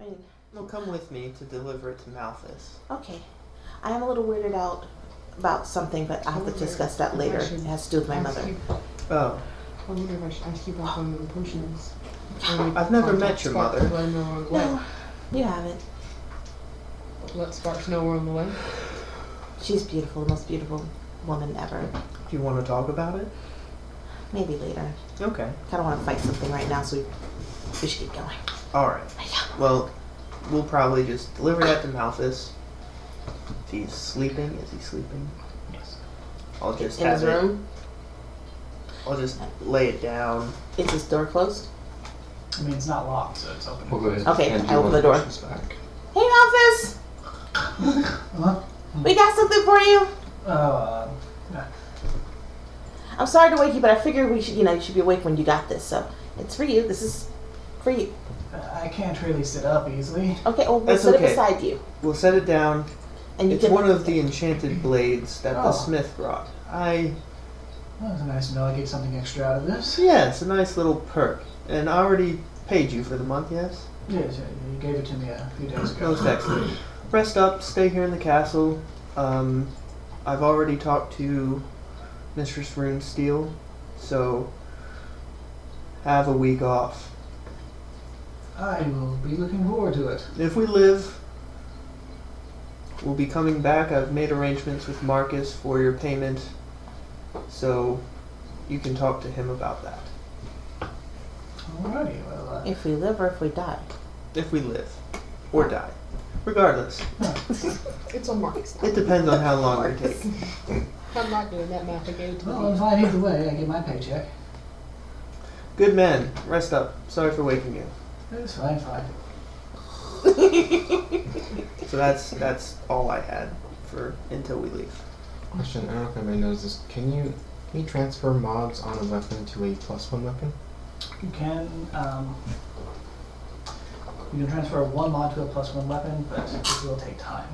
I mean, No, come with me to deliver it to Malthus. okay. I am a little weirded out about something, but I have to Over. discuss that later. It Actually, has to do with my ask mother. You, Oh, I wonder if I should ask you about the potions. Or I've never contact met your Spark mother. to Let, know, No, you haven't. let, let Sparks know we're on the way. She's beautiful, the most beautiful woman ever. do you want to talk about it? Maybe later. Okay. Kind of want to fight something right now, so we, we should keep going. All right. Well, we'll probably just deliver that to Malthus. If he's sleeping, is he sleeping? Yes. I'll just In have his it. room. I'll just lay it down. Is his door closed? I mean, it's not locked, so it's open. We'll go ahead. Okay, and I do open the our door. potions Back. Hey, Malthus! Huh? We got something for you! Uh, I'm sorry to wake you, but I figured we should, you know, you should be awake when you got this. So it's for you. This is for you. I can't really sit up easily. Okay, oh, well, we'll That's set it okay. beside you, We'll set it down. and you It's can. one of the enchanted blades that Oh. the smith brought. I That was a nice meal. I get something extra out of this. yes, a nice little perk, and I already paid you for the month. Yes, Yes, yeah, you gave it to me a few days ago. most excellent. Rest up. Stay here in the castle. Um, I've already talked to Mistress Runesteel, so have a week off. I will be looking forward to it. If we live, we'll be coming back. I've made arrangements with Marcus for your payment, so you can talk to him about that. Alrighty, well, uh, if we live or if we die. If we live or die. Regardless, It's on Mark's it depends on how long we take. I'm not doing that math again. well, if I either way, I get my paycheck. Good man, rest up. Sorry for waking you. It's fine, fine. So that's that's all I had for until we leave. Question, I don't know if anybody knows this. Can you can you transfer mods on a weapon to a plus one weapon? You can, um, you can transfer one mod to a plus one weapon, but it will take time.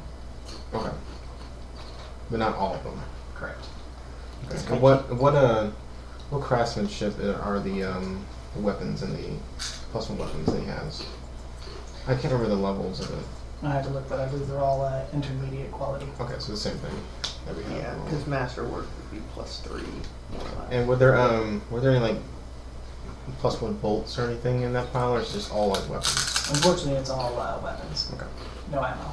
Okay. But not all of them. Correct. Okay. And What what uh what craftsmanship are the um the weapons and the plus one weapons that he has? I can't remember the levels of it. I had to look, but I believe they're all uh, intermediate quality. Okay, so the same thing that we have. Yeah, because masterwork would be plus three. And were there um were there any like plus one bolts or anything in that pile, or it's just all like weapons? Unfortunately, it's all uh, weapons. Okay. No ammo.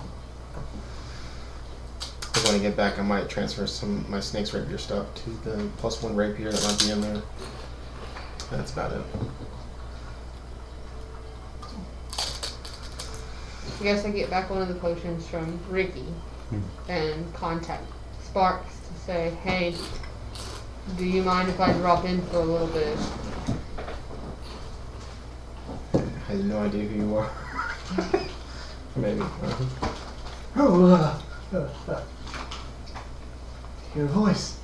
Because when I get back, I might transfer some of my snake's rapier stuff to the plus one rapier that might be in there. That's about it. I guess I get back one of the potions from Ricky Hmm. and contact Sparks to say, hey, do you mind if I drop in for a little bit? I have no idea who you are. Maybe. Uh, Oh, uh, uh, uh. your voice.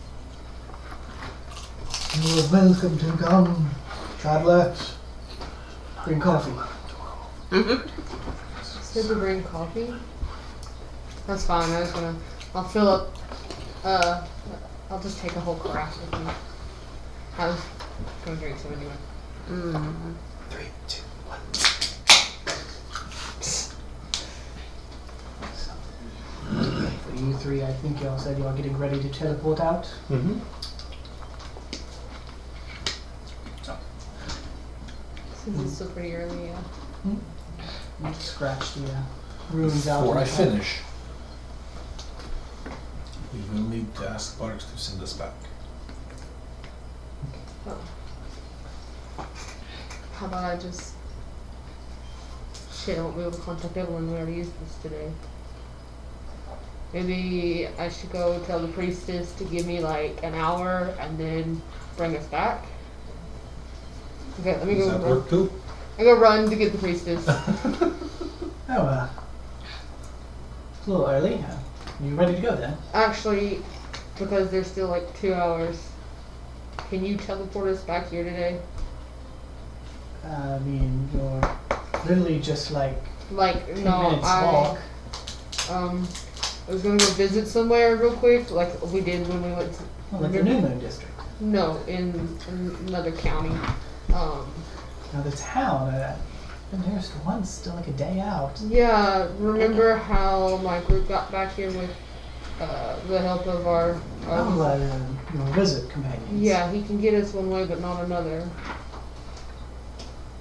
You are welcome to come, traveler. Bring coffee. Mm-hmm. Should we bring coffee? That's fine, I was gonna, I'll fill up, uh, I'll just take a whole carafe with me. I was gonna drink some anyway. Mm. three, two, one. For you three, I think y'all said you are getting ready to teleport out. Mm-hmm. Since it's still pretty early, yeah. You scratch the uh, runes out. Before I and stuff. finish, we will need to ask Sparks to send us back. Oh. How about I just. Shit, I won't be able to contact everyone. We already used this today. Maybe I should go tell the priestess to give me like an hour and then bring us back. Okay, let me Does go. that Run. work too? I go run to get the priestess. Oh, uh, it's a little early. Uh, you ready to go then? Actually, because there's still like two hours, can you teleport us back here today? Uh, I mean, you're literally just like Like, 10 no, minutes I. walk. Um, I was gonna go visit somewhere real quick, like we did when we went. To, Well, like the New Moon District. no, in, in another county. Um, Now, the town, uh, Been there just once, still like a day out. Mm. Yeah, remember how my group got back here with uh, the help of our. our I'll let uh, your wizard companions. yeah, he can get us one way but not another.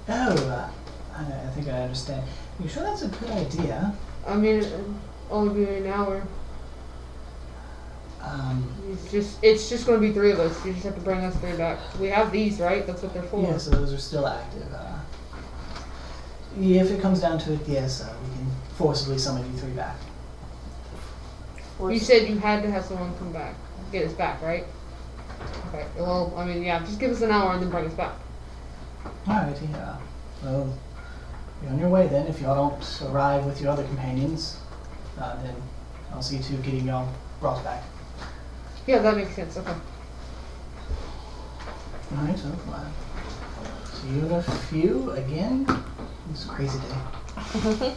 Oh, uh, I, I think I understand. You sure that's a good idea? I mean, it'll only be an hour. Um, It's just it's just going to be three of us. You just have to bring us three back. We have these, right? That's what they're for. yeah, so those are still active. Uh, yeah, if it comes down to it, yes, uh, we can forcibly summon you three back. You said you had to have someone come back, get us back, right? Okay. Well, I mean, yeah, just give us an hour and then bring us back. Alright, yeah. Well, you're on your way then. If y'all don't arrive with your other companions, uh, then I'll see to getting y'all brought back. Yeah, that makes sense. Okay. Alright, so, uh, see you in a few again. It's a crazy day.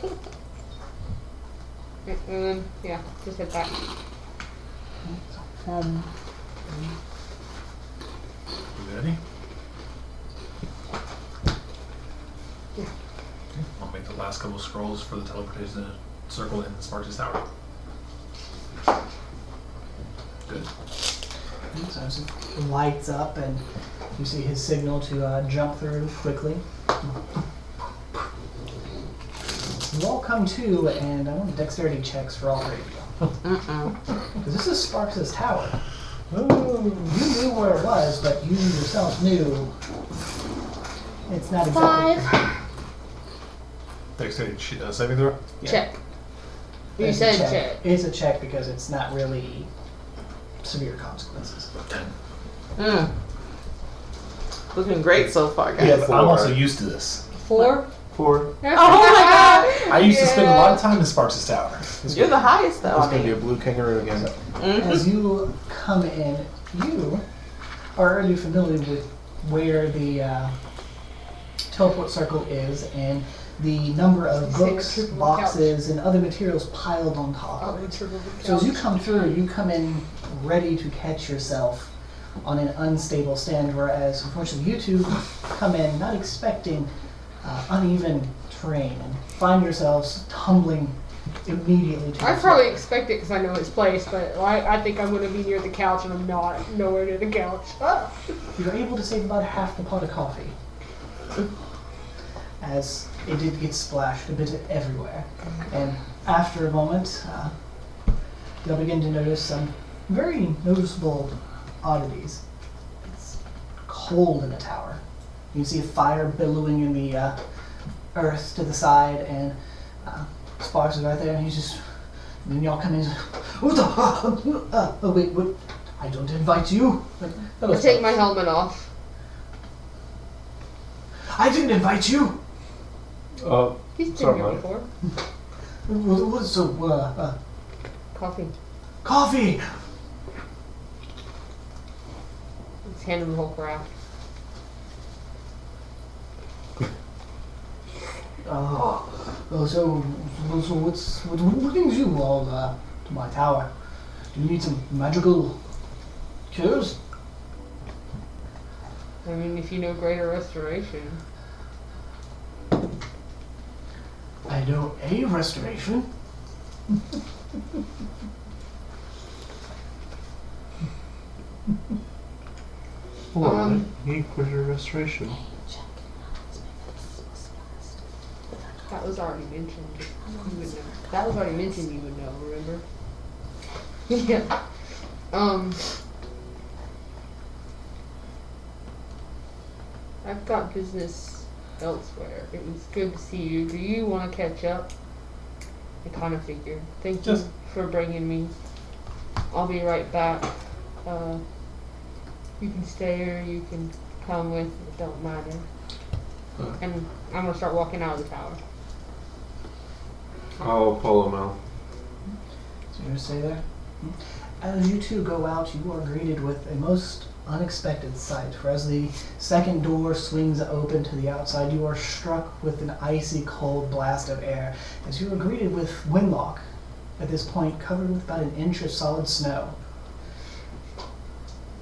And then yeah, just head back. Um, You ready? Yeah. Okay, I'll make the last couple scrolls for the teleportation circle in the Sparks Tower. Good. So it's- it lights up, and you see his signal to uh, jump through quickly. You all come to, and I want dexterity checks for all three of you. uh-uh. Because this is Sparks' tower. You knew where it was, but you yourself knew it's not exactly. Five. Dexterity ch- uh, saving throw? Yeah. Check. You It's a said check. It's a check because it's not really severe consequences. Mm. Looking great so far, guys. Yeah, but I'm Four. also used to this. Four. Four. Oh I used to spend a lot of time in Sparks' Tower. You're the highest though. It's I gonna be a mean, blue kangaroo again. Mm-hmm. As you come in, you are already familiar with where the uh, teleport circle is and the number of Just take a books, trip on the couch. boxes, and other materials piled on top Oh, of it. it's a little So as you couch. come through, you come in ready to catch yourself on an unstable stand, whereas unfortunately you two come in not expecting uh, uneven terrain and find yourselves tumbling immediately to the I floor. probably expect it because I know its place, but like, I think I'm gonna be near the couch and I'm not nowhere near the couch. Oh. Ah. You're able to save about half the pot of coffee. As it did get splashed a bit everywhere. And after a moment, uh, you'll begin to notice some very noticeable oddities. It's cold in the tower. You can see a fire billowing in the uh, earth to the side, and uh, Sparks is right there, and he's just. And then y'all come in. What the? Uh, oh, wait, what? I don't invite you. Like, I'll take my helmet off. I didn't invite you. Uh, He's been Sorry, here mate. before. What, what, so, uh, uh, Coffee. coffee. Let's hand him the whole craft. Oh, oh, so, so what's what, what brings you all uh, to my tower? Do you need some magical cures? I mean, if you know Greater Restoration, I know a restoration. well, Um, need greater restoration. that was already mentioned. You would know. That was already mentioned. You would know. Remember? yeah. Um. I've got business elsewhere. It was good to see you. Do you want to catch up? I kind of figured. Thank Just- you for bringing me. I'll be right back. Uh, you can stay or you can come with. It don't matter. Huh. And I'm gonna start walking out of the tower. I'll follow Mel. So you're gonna stay there? Hmm? As you two go out, you are greeted with a most unexpected sight. For as the second door swings open to the outside, you are struck with an icy cold blast of air as you are greeted with Winlock, at this point covered with about an inch of solid snow.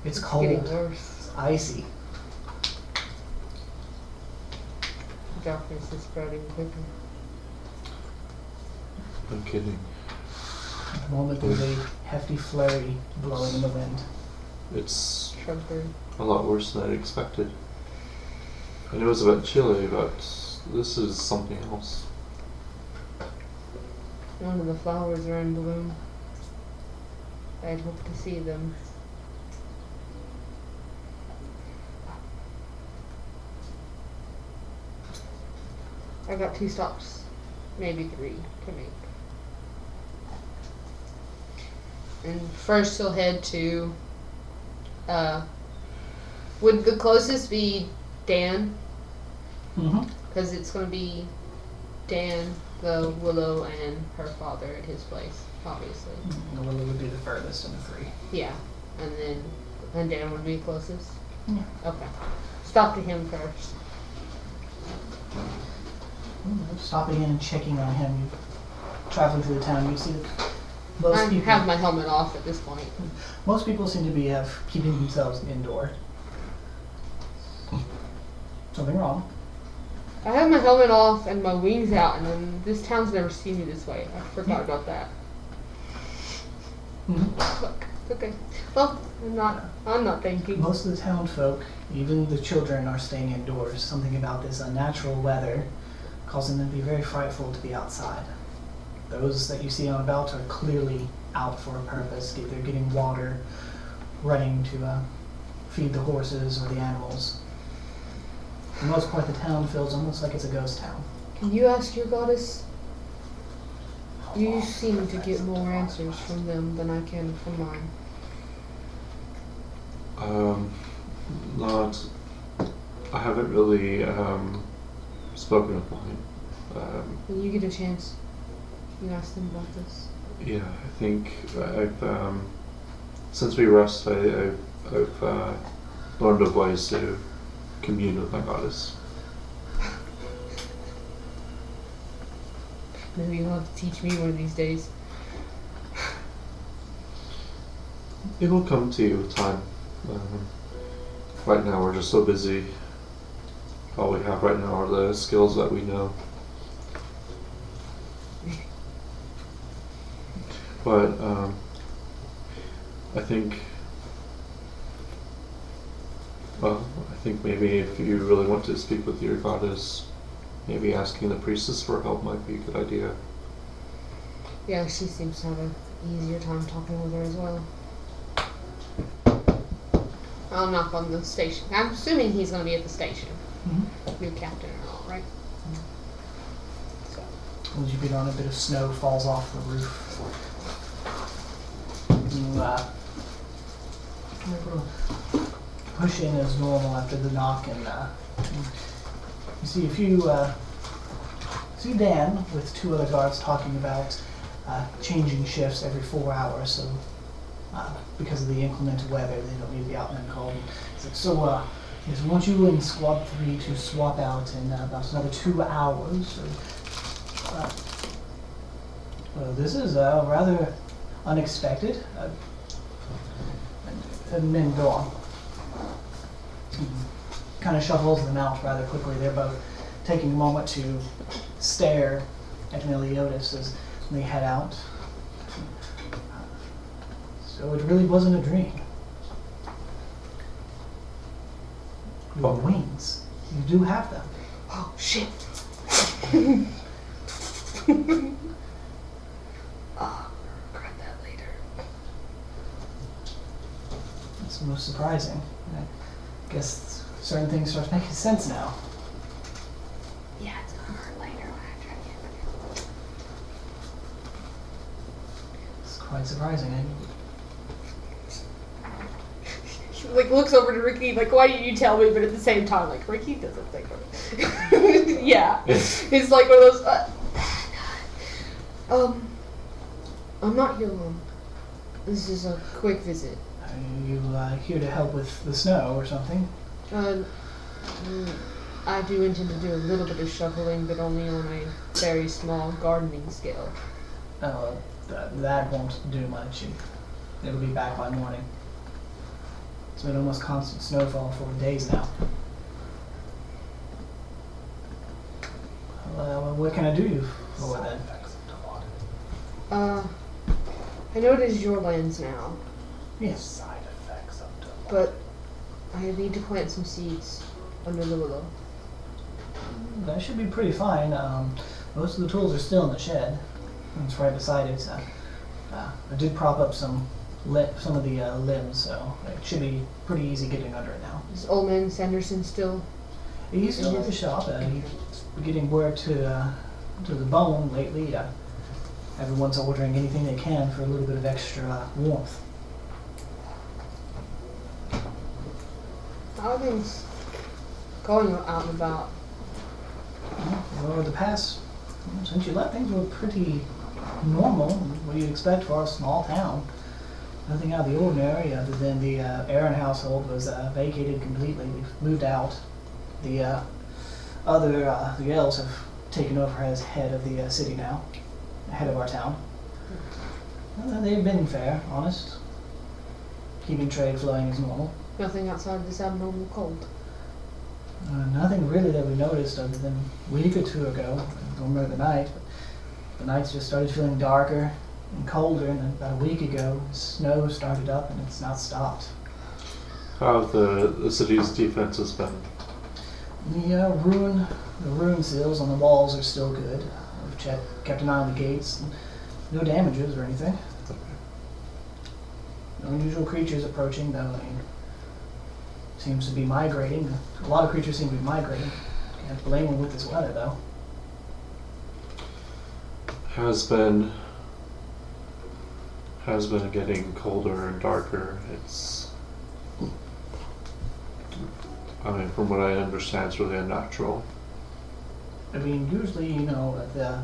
It's It's getting cold, worse. it's icy. Darkness is spreading quickly. No kidding. At the moment, there's a hefty flurry blowing in the wind. It's Shrub through. a lot worse than I'd expected. I know it's about Chile, but this is something else. None of the flowers are in bloom. I'd hoped to see them. I got two stops, maybe three to make. And first he'll head to. Uh, would the closest be Dan? Mm-hmm. Because it's going to be Dan, the Willow, and her father at his place, obviously. The Willow would be the furthest of the three. Yeah, and then and Dan would be closest. Yeah. Okay, stop to him first. Stopping in and checking on him, you traveling through the town, you see that most I people have my helmet off at this point. most people seem to be have keeping themselves indoor. Something wrong. I have my helmet off and my wings out, and then this town's never seen me this way. I forgot about that. Fuck. Okay. Well, I'm not. I'm not thinking. Most of the town folk, even the children, are staying indoors. Something about this unnatural weather causing them to be very frightful to be outside. Those that you see on about are clearly out for a purpose. They're getting water, running to uh, feed the horses or the animals. For the most part, the town feels almost like it's a ghost town. Can you ask your goddess? You seem to get more answers from them than I can from mine. Um, not. I haven't really um, spoken with mine. Um, When you get a chance, you ask them about this. yeah, I think I've um, since we rest, I, I've, I've uh, learned of ways to commune with my goddess. Maybe you'll have to teach me one of these days. It will come to you with time. Um, right now, we're just so busy. All we have right now are the skills that we know. But um, I think, well, I think maybe if you really want to speak with your goddess, maybe asking the priestess for help might be a good idea. Yeah, she seems to have an easier time talking with her as well. I'll knock on the station. I'm assuming he's going to be at the station. New captain and all, right? As you get on, a bit of snow falls off the roof. You uh, push in as normal after the knock, and uh, you see a few. Uh, see Dan with two other guards talking about uh, changing shifts every four hours, so uh, because of the inclement weather, they don't need the out in the cold. He's like, so uh, yes, want you in Squad Three to swap out in uh, about another two hours. So well, this is uh, rather unexpected. Uh, and then go on. Kind of shuffles them out rather quickly. They're both taking a moment to stare at Meliodas as they head out. So it really wasn't a dream. Your wings. You do have them. Oh, shit. oh, grab that later. It's most surprising. I guess certain things start making sense now. Yeah, it's gonna hurt later when I try to get It's quite surprising. I She like looks over to Ricky, like, why didn't you tell me? But at the same time, like Ricky doesn't think of it. yeah. He's like one of those uh, Um I'm not here long. This is a quick visit. Are you uh, here to help with the snow or something? Uh, mm, I do intend to do a little bit of shoveling, but only on a very small gardening scale. Oh, th- that won't do much. It'll be back by morning. It's been almost constant snowfall for days now. Well, uh, what can I do you for then? Uh, I know it is your lands now, Yes. but I need to plant some seeds under the willow. That should be pretty fine. Um, most of the tools are still in the shed. It's right beside it. So, uh, I did prop up some li- some of the uh, limbs, so it should be pretty easy getting under it now. Is old man Sanderson still? He's still at the shop. Uh, he's getting where to uh, to the bone lately. Uh, everyone's ordering anything they can for a little bit of extra uh, warmth. How are things going out and about? Well, over the past since you left, things were pretty normal. What do you expect for a small town? Nothing out of the ordinary, other than the uh, Aaron household was uh, vacated completely. We've moved out. The uh, other uh, the elves have taken over as head of the uh, city now, head of our town. Uh, they've been fair, honest, keeping trade flowing as normal. Nothing outside of this abnormal cold. Uh, nothing really that we noticed other than a week or two ago. I don't remember the night, but the nights just started feeling darker and colder, and then about a week ago, snow started up and it's not stopped. How have the, the city's defenses been? The uh, rune, the rune seals on the walls are still good. We've checked, kept an eye on the gates. And no damages or anything. No unusual creatures approaching, though. I mean, seems to be migrating. A lot of creatures seem to be migrating. Can't blame them with this weather, though. Has been has been getting colder and darker. It's I mean, from what I understand, it's really unnatural. I mean, usually, you know, at the,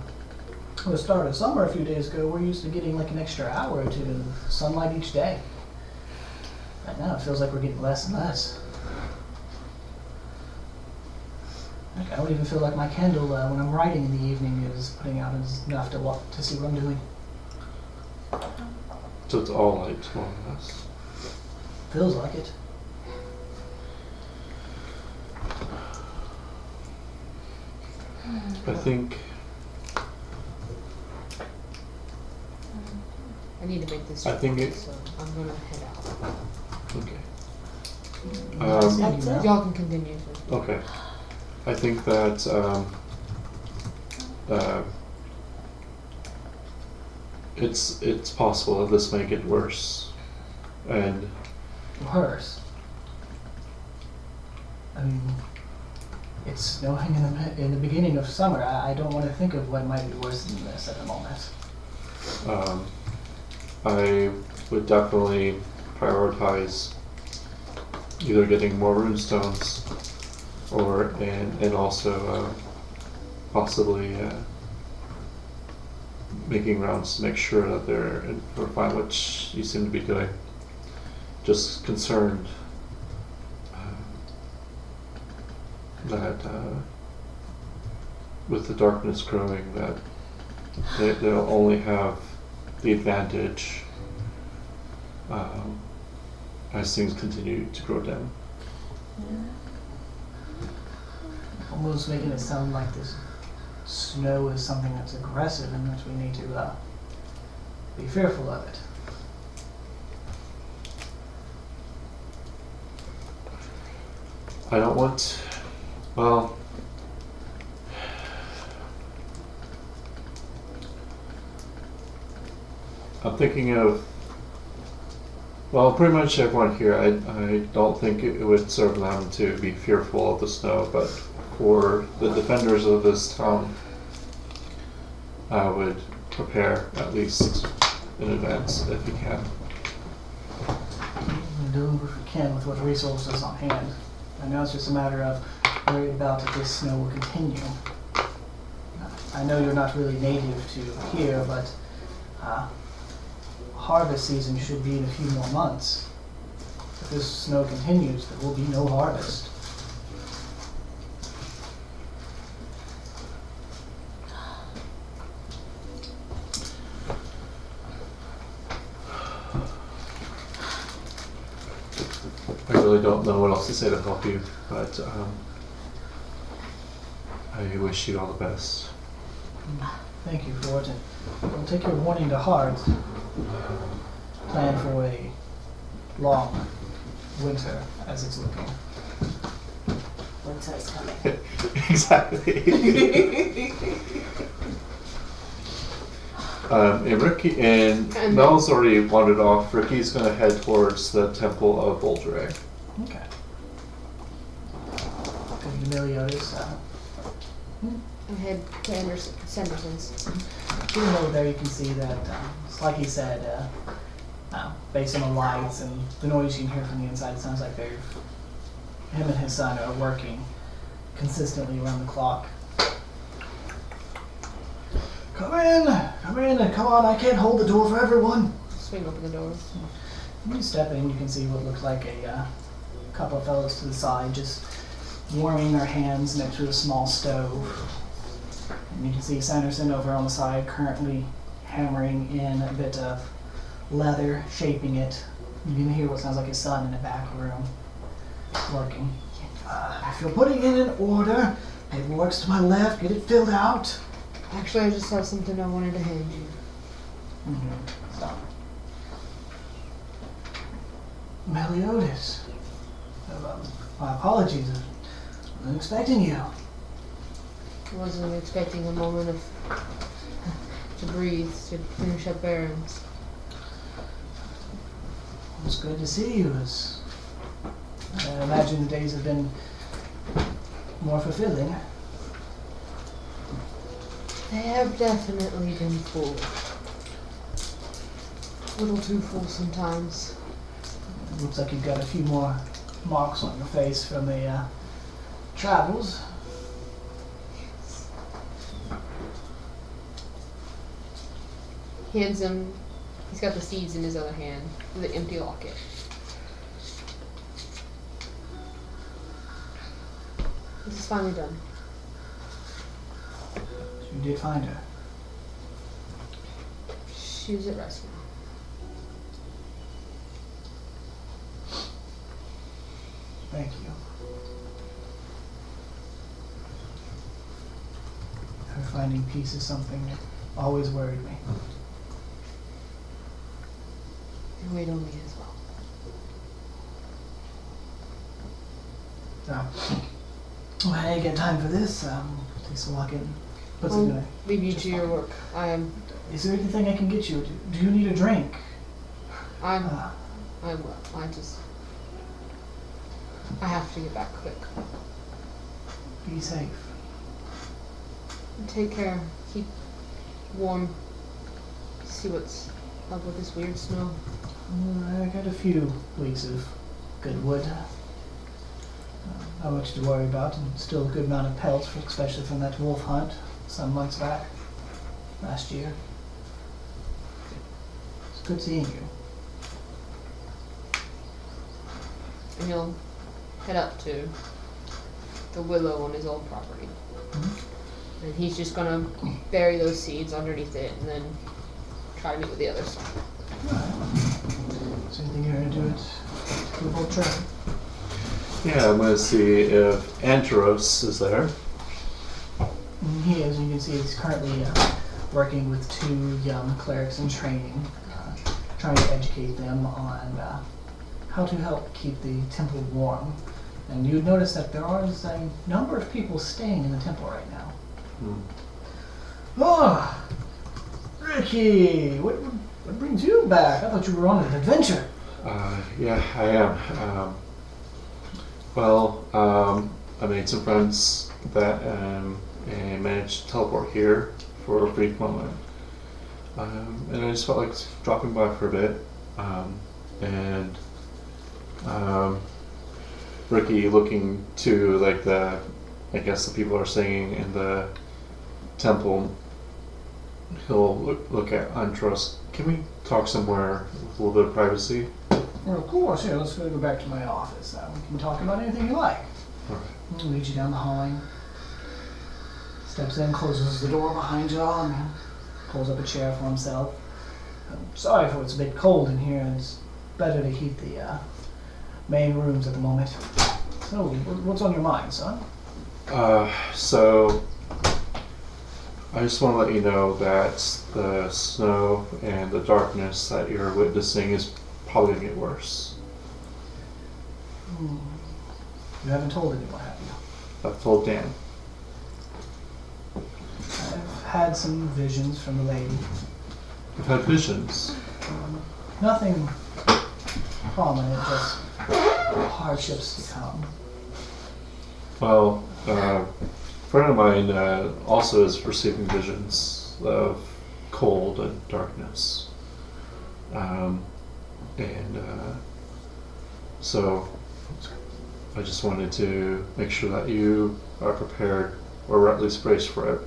at the start of summer a few days ago, we're used to getting like an extra hour or two of sunlight each day. Right now, it feels like we're getting less and less. Like, I don't even feel like my candle uh, when I'm writing in the evening is putting out enough to walk, to see what I'm doing. So it's all light, more or less. Feels like it. I think I need to make this. I think it- So I'm gonna head out. okay. Um, That's it. Y'all can continue. Okay. I think that um, uh, it's it's possible that this may get worse, and Worse. I mean, it's snowing in the in the beginning of summer. I, I don't want to think of what might be worse than this at the moment. um, I would definitely prioritize either getting more runestones or and and also uh, possibly uh, making rounds to make sure that they're in for fine, which you seem to be doing. Just concerned uh, that uh, with the darkness growing, that they, they'll only have the advantage um, as things continue to grow down. Almost making it sound like this snow is something that's aggressive and that we need to uh, be fearful of it. I don't want. Well. I'm thinking of. Well, pretty much everyone here. I, I don't think it, would serve them to be fearful of the snow, but for the defenders of this town, I would prepare at least in advance if you can. We do what we can with what resources on hand. I know it's just a matter of worried about if this snow will continue. I know you're not really native to here, but uh, harvest season should be in a few more months. If this snow continues, there will be no harvest. I really don't know what else to say to help you, but um, I wish you all the best. Thank you for it, and we'll take your warning to heart. Plan for a long winter, as it's looking. Winter's coming. exactly. um, and Ricky and And- Mel's already wandered off. Ricky's going to head towards the Temple of Boldrag. Okay. And Emilio's, uh, And head to Anderson, Sanderson's. Even over there, you can see that, um, it's like he said, uh, uh, based on the lights and the noise you can hear from the inside, it sounds like they're him and his son are working consistently around the clock. Come in, come in, come on! I can't hold the door for everyone. Swing open the door. When you step in, you can see what looks like a uh, couple of fellows to the side just warming their hands next to a small stove. And you can see Sanderson over on the side currently hammering in a bit of leather, shaping it. You can hear what sounds like his son in the back room working. Uh, if you're putting in an order, paperwork's to my left, get it filled out. Actually, I just have something I wanted to hand you. Mm-hmm. Stop. Meliodas. Um, My apologies. I wasn't expecting you. I wasn't expecting a moment of to breathe to finish up errands. It's good to see you. It's, I imagine the days have been more fulfilling. They have definitely been full. A little too full sometimes. It looks like you've got a few more marks on your face from the uh, travels. Hands him. He's got the seeds in his other hand, the empty locket. This is finally done. You did find her. She's at rest now. Thank you. Her finding peace is something that always worried me. And wait on me as well. So, well, I didn't get time for this. Um, takes a walk in. Puts it in there. Leave you to your work. I am. Is there anything I can get you? Do, do you need a drink? I'm. Uh, I will. I just. I have to get back quick. be safe. Take care. Keep warm. See what's up with this weird snow. Uh, I got a few weeks of good wood. Uh, not much to worry about, and still a good amount of pelts, especially from that wolf hunt some months back last year. It's good seeing you. And he'll head up to the willow on his old property. And he's just gonna bury those seeds underneath it and then try to meet with the others. Is there anything you're gonna do at the whole trip? Yeah, I'm going to see if Antros is there. And He is, and you can see he's currently uh, working with two young clerics in training, uh, trying to educate them on uh, how to help keep the temple warm. And you'd notice that there are a number of people staying in the temple right now. Hmm. Oh, Ricky, what, what brings you back? I thought you were on an adventure. Uh, yeah, I am. Um, well, um, I made some friends that um, and managed to teleport here for a brief moment. Um, and I just felt like dropping by for a bit. Um, and um, Ricky looking to like the, I guess the people are singing in the temple. He'll look, look at Antros. Can we talk somewhere with a little bit of privacy? Well, of course, here, let's go back to my office. Uh, we can talk about anything you like. All right. He leads you down the hallway. Steps in, closes the door behind you all, and pulls up a chair for himself. I'm sorry for it's a bit cold in here, and it's better to heat the uh, main rooms at the moment. So, wh- what's on your mind, son? Uh, so I just want to let you know that the snow and the darkness that you're witnessing is probably gonna get worse. Hmm. You haven't told anyone, have you? I've told Dan. I've had some visions from the lady. I've had visions. Nothing prominent, just hardships to come. Well, uh, a friend of mine uh, also is receiving visions of cold and darkness. Um, and uh, so I just wanted to make sure that you are prepared or at least braced for it.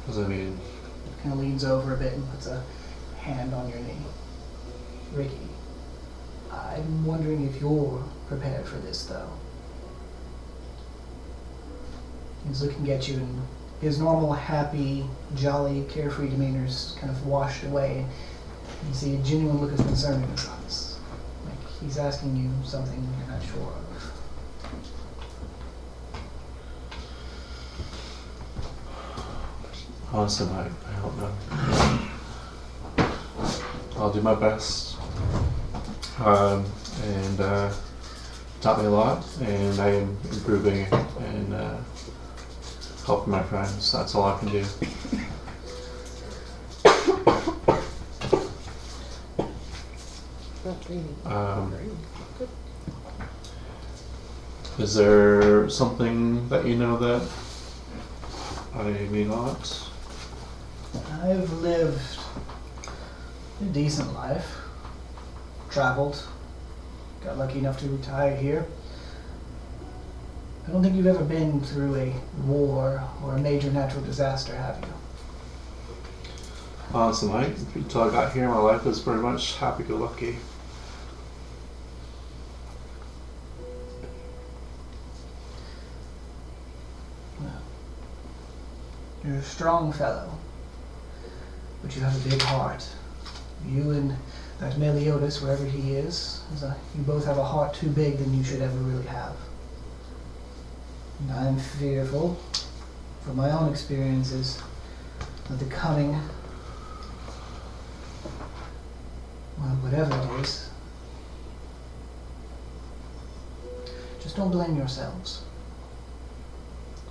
Because, I mean, Kind of leans over a bit and puts a hand on your knee. Ricky, I'm wondering if you're prepared for this, though. He's looking at you, and his normal happy, jolly, carefree demeanor's kind of washed away. and You see a genuine look of concern in his eyes. Like he's asking you something you're not sure of. honestly, I, I don't know. I'll do my best. Um, and uh, taught me a lot, and I am improving and uh, helping my friends. That's all I can do. Not breathing. Um, is there something that you know that I may not? I've lived a decent life, traveled, got lucky enough to retire here. I don't think you've ever been through a war or a major natural disaster, have you? Honestly, Mike, until I got here, my life was pretty much happy-go-lucky. You're a strong fellow, but you have a big heart. You and that Meliodas, wherever he is, is a, you both have a heart too big than you should ever really have. And I'm fearful, from my own experiences, of the coming, well, whatever it is. Just don't blame yourselves.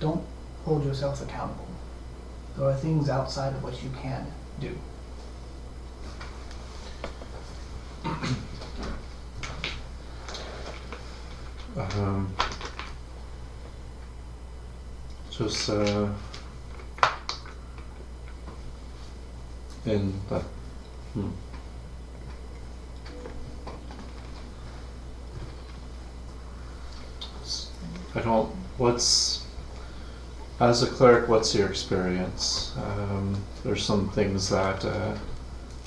Don't hold yourself accountable. There are things outside of what you can do. Um, just uh, in that. Hmm. S- I don't. What's as a cleric? What's your experience? Um, there's some things that uh,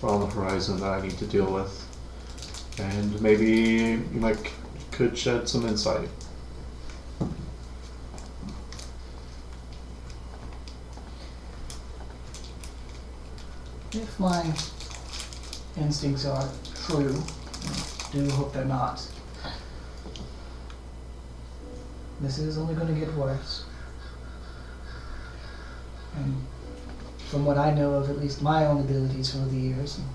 are on the horizon that I need to deal with, and maybe you might c- could shed some insight. If my instincts are true, I do hope they're not. This is only going to get worse. And from what I know of, at least my own abilities over the years, and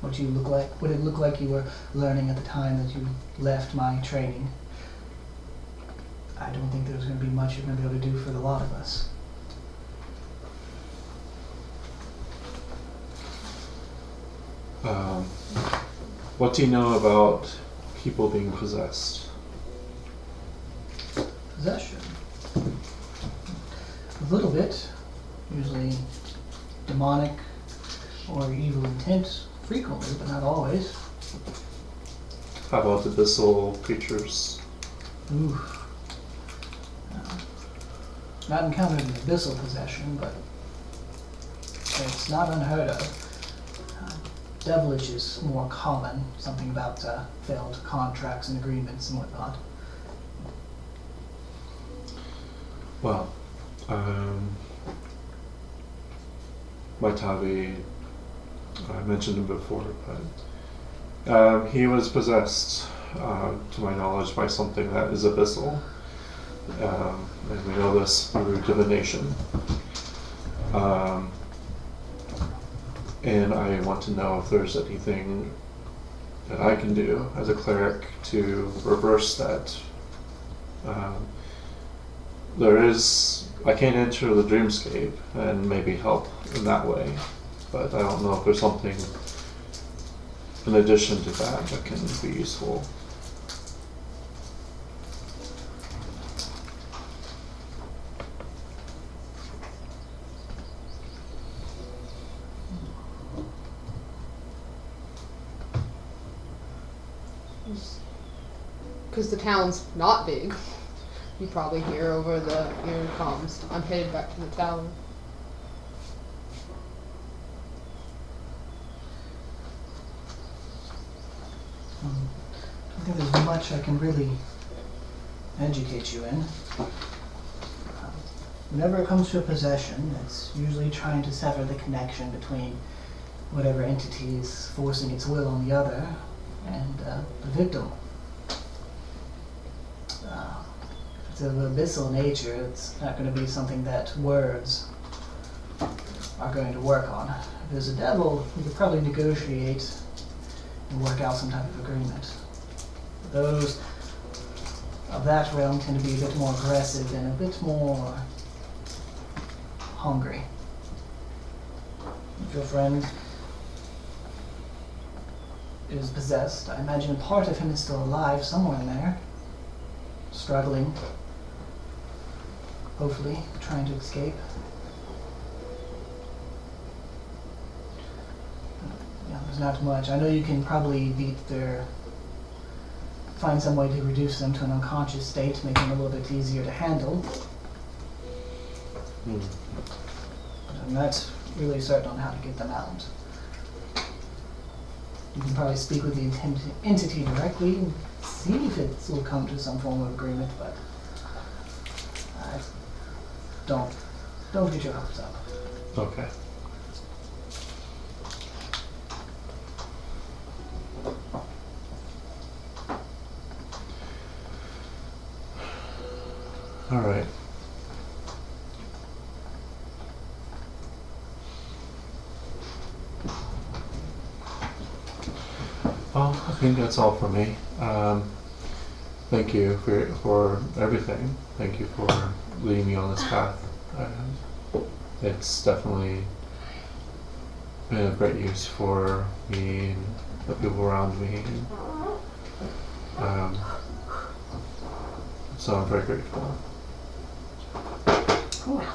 what you look like, what it looked like you were learning at the time that you left my training, I don't think there's going to be much you're going to be able to do for the lot of us. Um, what do you know about people being possessed? possession. A little bit, usually demonic or evil intent, frequently, but not always. How about abyssal creatures? Oof. Uh, Not encountered an abyssal possession, but it's not unheard of. Uh, Devilish is more common, something about uh, failed contracts and agreements and whatnot. Well, um, Waitabi, I mentioned him before, but um, he was possessed, uh, to my knowledge, by something that is abyssal. um, and we know this through divination. Um, and I want to know if there's anything that I can do as a cleric to reverse that. Um, there is, I can't enter the dreamscape and maybe help in that way, but I don't know if there's something in addition to that that can be useful. Because the town's not big. You probably hear over the ear comms. I'm headed back to the tower. Um, I don't think there's much I can really educate you in. Um, Whenever it comes to a possession, it's usually trying to sever the connection between whatever entity is forcing its will on the other and uh, the victim. Uh, if it's of abyssal nature, it's not going to be something that words are going to work on. If there's a devil, we could probably negotiate and work out some type of agreement. Those of that realm tend to be a bit more aggressive and a bit more hungry. If your friend is possessed, I imagine part of him is still alive somewhere in there, struggling, hopefully, trying to escape. Yeah, there's not much. I know you can probably beat their. find some way to reduce them to an unconscious state, make them a little bit easier to handle. Hmm. But I'm not really certain on how to get them out. You can probably speak with the intent- entity directly and see if it will come to some form of agreement, but. I don't. don't get your hopes up. Okay. All right. Well, I think that's all for me. Um, thank you for for everything. Thank you for leading me on this path. Um, it's definitely been of great use for me and the people around me. And, um, so I'm very grateful. course.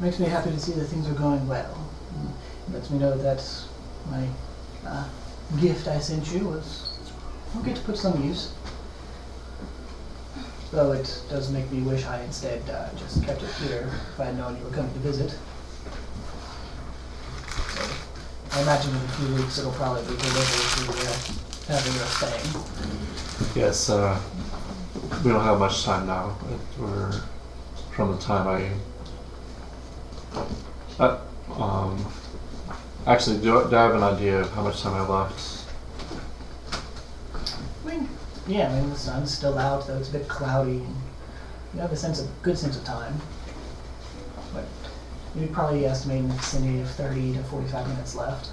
Makes me happy to see that things are going well. Mm, Lets me know that my uh, gift I sent you was will get to put some use. Though it does make me wish I instead uh, just kept it here if I had known you were coming to visit. So I imagine in a few weeks it'll probably be delivered to uh, wherever you're staying. Yes, uh, we don't have much time now. but We're from the time I. Uh, um, actually, do, I- do I have an idea of how much time I left? I mean, yeah, I mean the sun's still out, though it's a bit cloudy. And you have a sense of good sense of time, but you probably estimate in the vicinity of thirty to forty-five minutes left.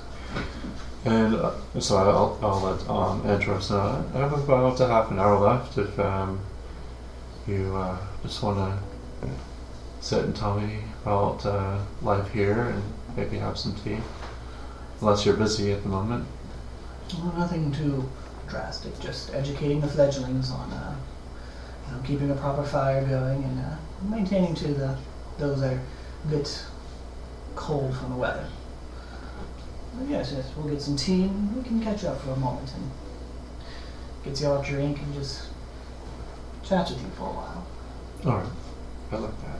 And uh, so I'll, I'll let um, Andrew know. I have about a half an hour left if um, you uh, just want to sit and tell me about uh, life here and maybe have some tea. Unless you're busy at the moment. Well, nothing too drastic, just educating the fledglings on, uh, you know, keeping a proper fire going and uh, maintaining to the those that are a bit cold from the weather. But yes, yes, we'll get some tea and we can catch up for a moment and get y'all a drink and just chat with you for a while. Alright, I like that.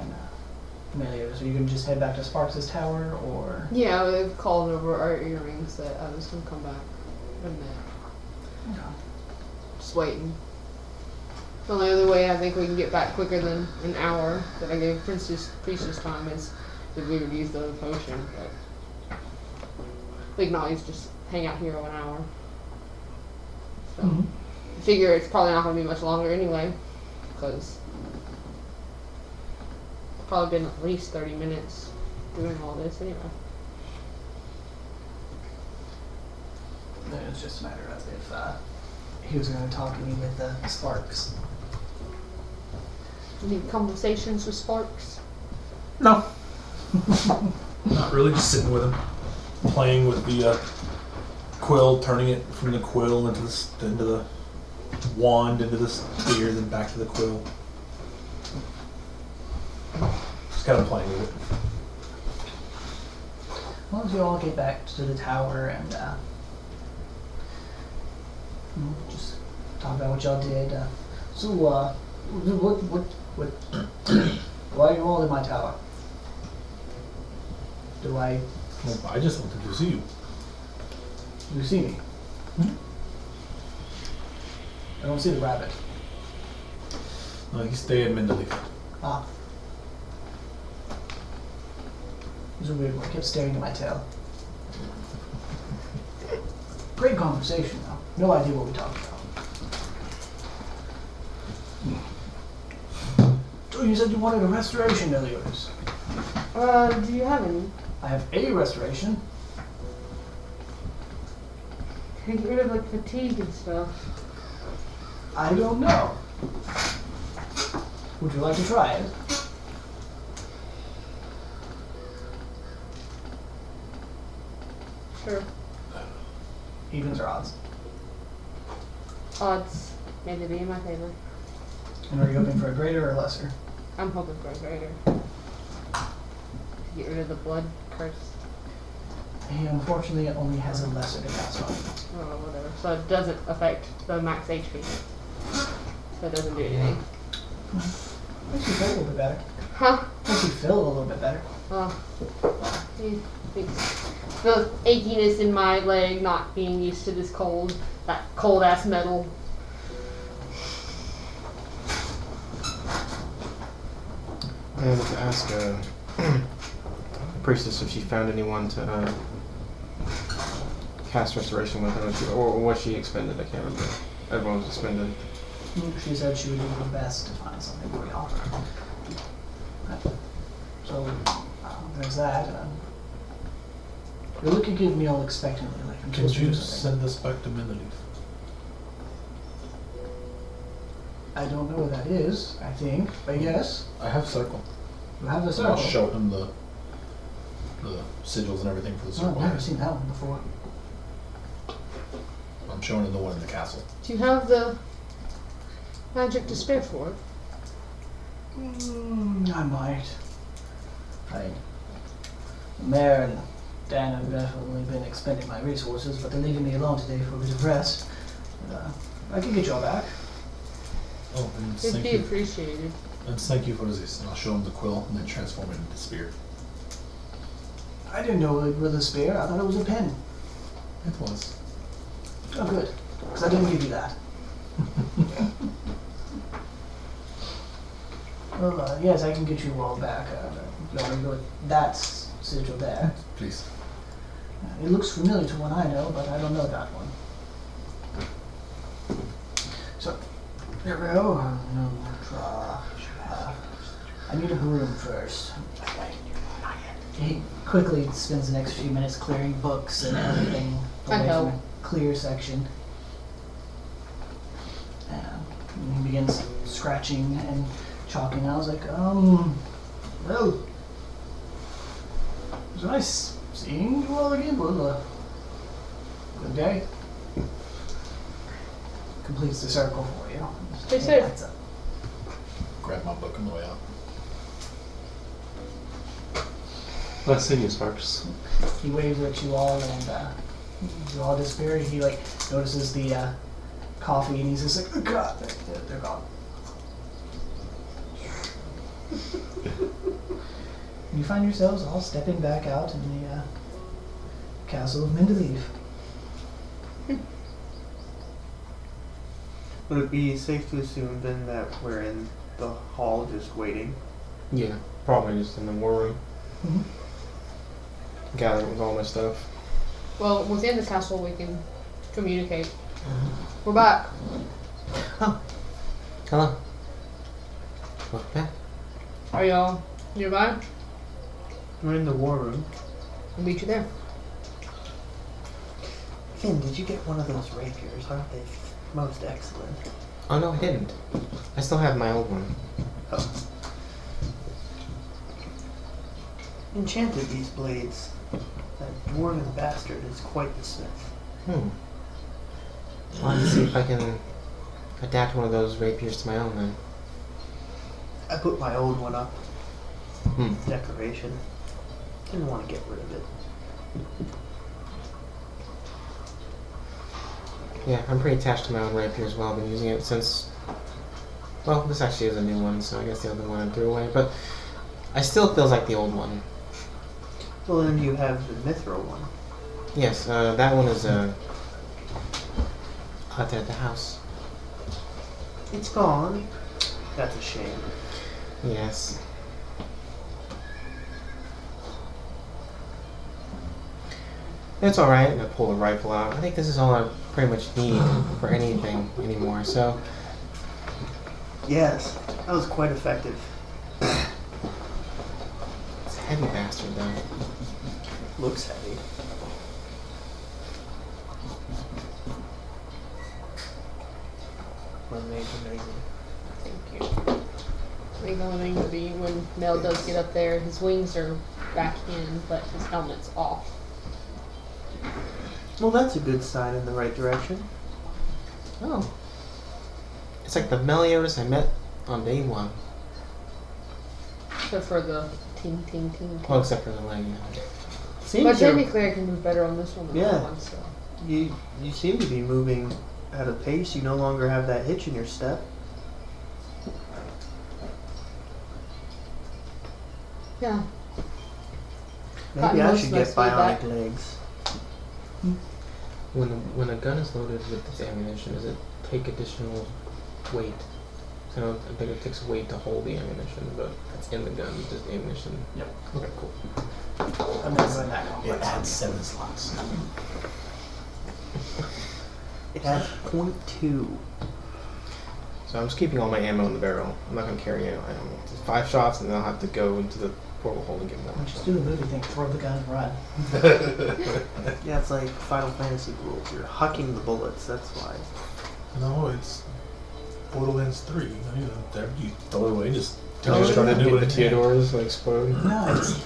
And uh, Amelia, so you can just head back to Sparks' tower, or Yeah, I've called over our earrings that I was gonna come back from that. Just waiting. The only other way I think we can get back quicker than an hour that I gave Princess Priestess time is if we would use the other potion, but we can always just hang out here an hour. So Mhm. figure it's probably not going to be much longer anyway, because it's probably been at least 30 minutes doing all this anyway. Then it's just a matter of if uh, he was going to talk to me with the sparks. Any conversations with Sparks? No. Not really, just sitting with him, playing with the uh, quill, turning it from the quill into the s- into the wand, into the spear, then back to the quill. Just kind of playing with it. Once you all get back to the tower and uh, we'll just talk about what y'all did. Uh, so, uh, what, what, what, why are you all in my tower? Do I, Well, I just wanted to see you. do you see me? I don't see the rabbit. No, he's staying mentally. Ah. It was a weird one. It kept staring at my tail. Great conversation, though. No idea what we talked about. So you said you wanted a restoration, Elios. Uh, do you have any? I have a restoration. Can get rid of like fatigue and stuff. I don't know. Would you like to try it? Sure. Evens or odds? Odds may they be in my favor. And are you hoping for a greater or lesser? I'm hoping for a greater. To get rid of the blood curse. He unfortunately only has a lesser to cast on. or whatever. So it doesn't affect the max HP. So it doesn't do anything. Makes you feel a little bit better. Huh? Makes you feel a little bit better. Well, he thinks the achiness in my leg, not being used to this cold, that cold ass metal. I wanted to ask uh, the priestess if she found anyone to uh, cast restoration with, or, if she, or what she expended. I can't remember. Everyone was expended. She said she would do her best to find something for y'all. So uh, there's that. Um, you're looking at me all expectantly, like I'm Can supposed to you do something. send us back to Menelief? I don't know what that is. I think, but yes, I have circle. you have the I'll Oh, circle. show him the the sigils and everything for the No, Oh, I've circle. never seen that one before. I'm showing him the one in the castle. Do you have the magic to spare for it? Mm, I might. I, the mayor and Dan have definitely been expending my resources, but they're leaving me alone today for a bit of rest. And, uh, I can get y'all back. Oh, and It'd thank be you. appreciated. And thank you for this. And I'll show him the quill and then transform it into spear. I didn't know it was a spear. I thought it was a pen. It was. Oh, good. Because I didn't give you that. well, uh, yes, I can get you all back. Uh, you want to go with that sigil there? Please. Uh, It looks familiar to one I know, but I don't know that one. So, there we go. Uh, no, uh, uh, I need a room first. He quickly spends the next few minutes clearing books and everything I away know. from the clear section. Uh, and he begins scratching and chalking. I was like, um, well, it was nice seeing you all again, Lula. Good day. Completes the circle for you. Stay Hey, safe. that's a- Grab my book on the way out. Nice seeing you, Sparks. He waves at you all, and uh, you all disappear. He like notices the uh, coffee, and he's just like, oh, God, they're, they're gone. you find yourselves all stepping back out in the uh, castle of Mendeleev. Would it be safe to assume then that we're in the hall just waiting? Yeah, probably just in the war room. Gathering with all my stuff. Mm-hmm. Well, within the castle we can communicate. We're back. Hello. Welcome back. Are y'all nearby? We're in the war room. I'll meet you there. Finn, did you get one of those rapiers? Aren't they most excellent? Oh no, I didn't. I still have my old one. Enchanted these blades. That dwarven bastard is quite the smith. Hmm. I'll have to see if I can adapt one of those rapiers to my own then. I put my old one up. Hmm. Decoration. Didn't want to get rid of it. Yeah, I'm pretty attached to my own rapier as well. I've been using it since. Well, this actually is a new one, so I guess the other one I threw away. But I still feels like the old one. Well, then you have the mithril one. Yes, uh, that one is uh, out there at the house. It's gone. That's a shame. Yes. It's alright, and I pull the rifle out. I think this is all I pretty much need for anything anymore, so. Yes, that was quite effective. It's a heavy bastard, though. Looks heavy. Lemonade's amazing. Thank you. We're going to be when Mel does get up there. His wings are back in, but his helmet's off. Well, that's a good sign in the right direction. Oh. It's like the Melios I met on day one. Except for the ting ting ting. Well, except for the leg. yeah. Seems But you're- technically, I can move better on this one than Yeah. that one. So you you seem to be moving at a pace. You no longer have that hitch in your step. yeah, Gotten Maybe I most should of my get speed bionic back. legs. When, when a gun is loaded with this ammunition, does it take additional weight? I don't I think it takes weight to hold the ammunition, but it's in the gun, just ammunition. Yep. Okay, cool. I'm not doing that one. It adds seven slots. It has point two. So I'm just keeping all my ammo in the barrel. I'm not gonna carry out ammo. It's five shots, and then I'll have to go into the portal hole and get more. Let's Just do the movie thing, throw the gun and run. Yeah, it's like Final Fantasy rules. You're hucking the bullets. That's why. No, it's Borderlands 3. No, you don't there. You throw it away, just Oh, just try to do the it. Theodores like explode. No, it's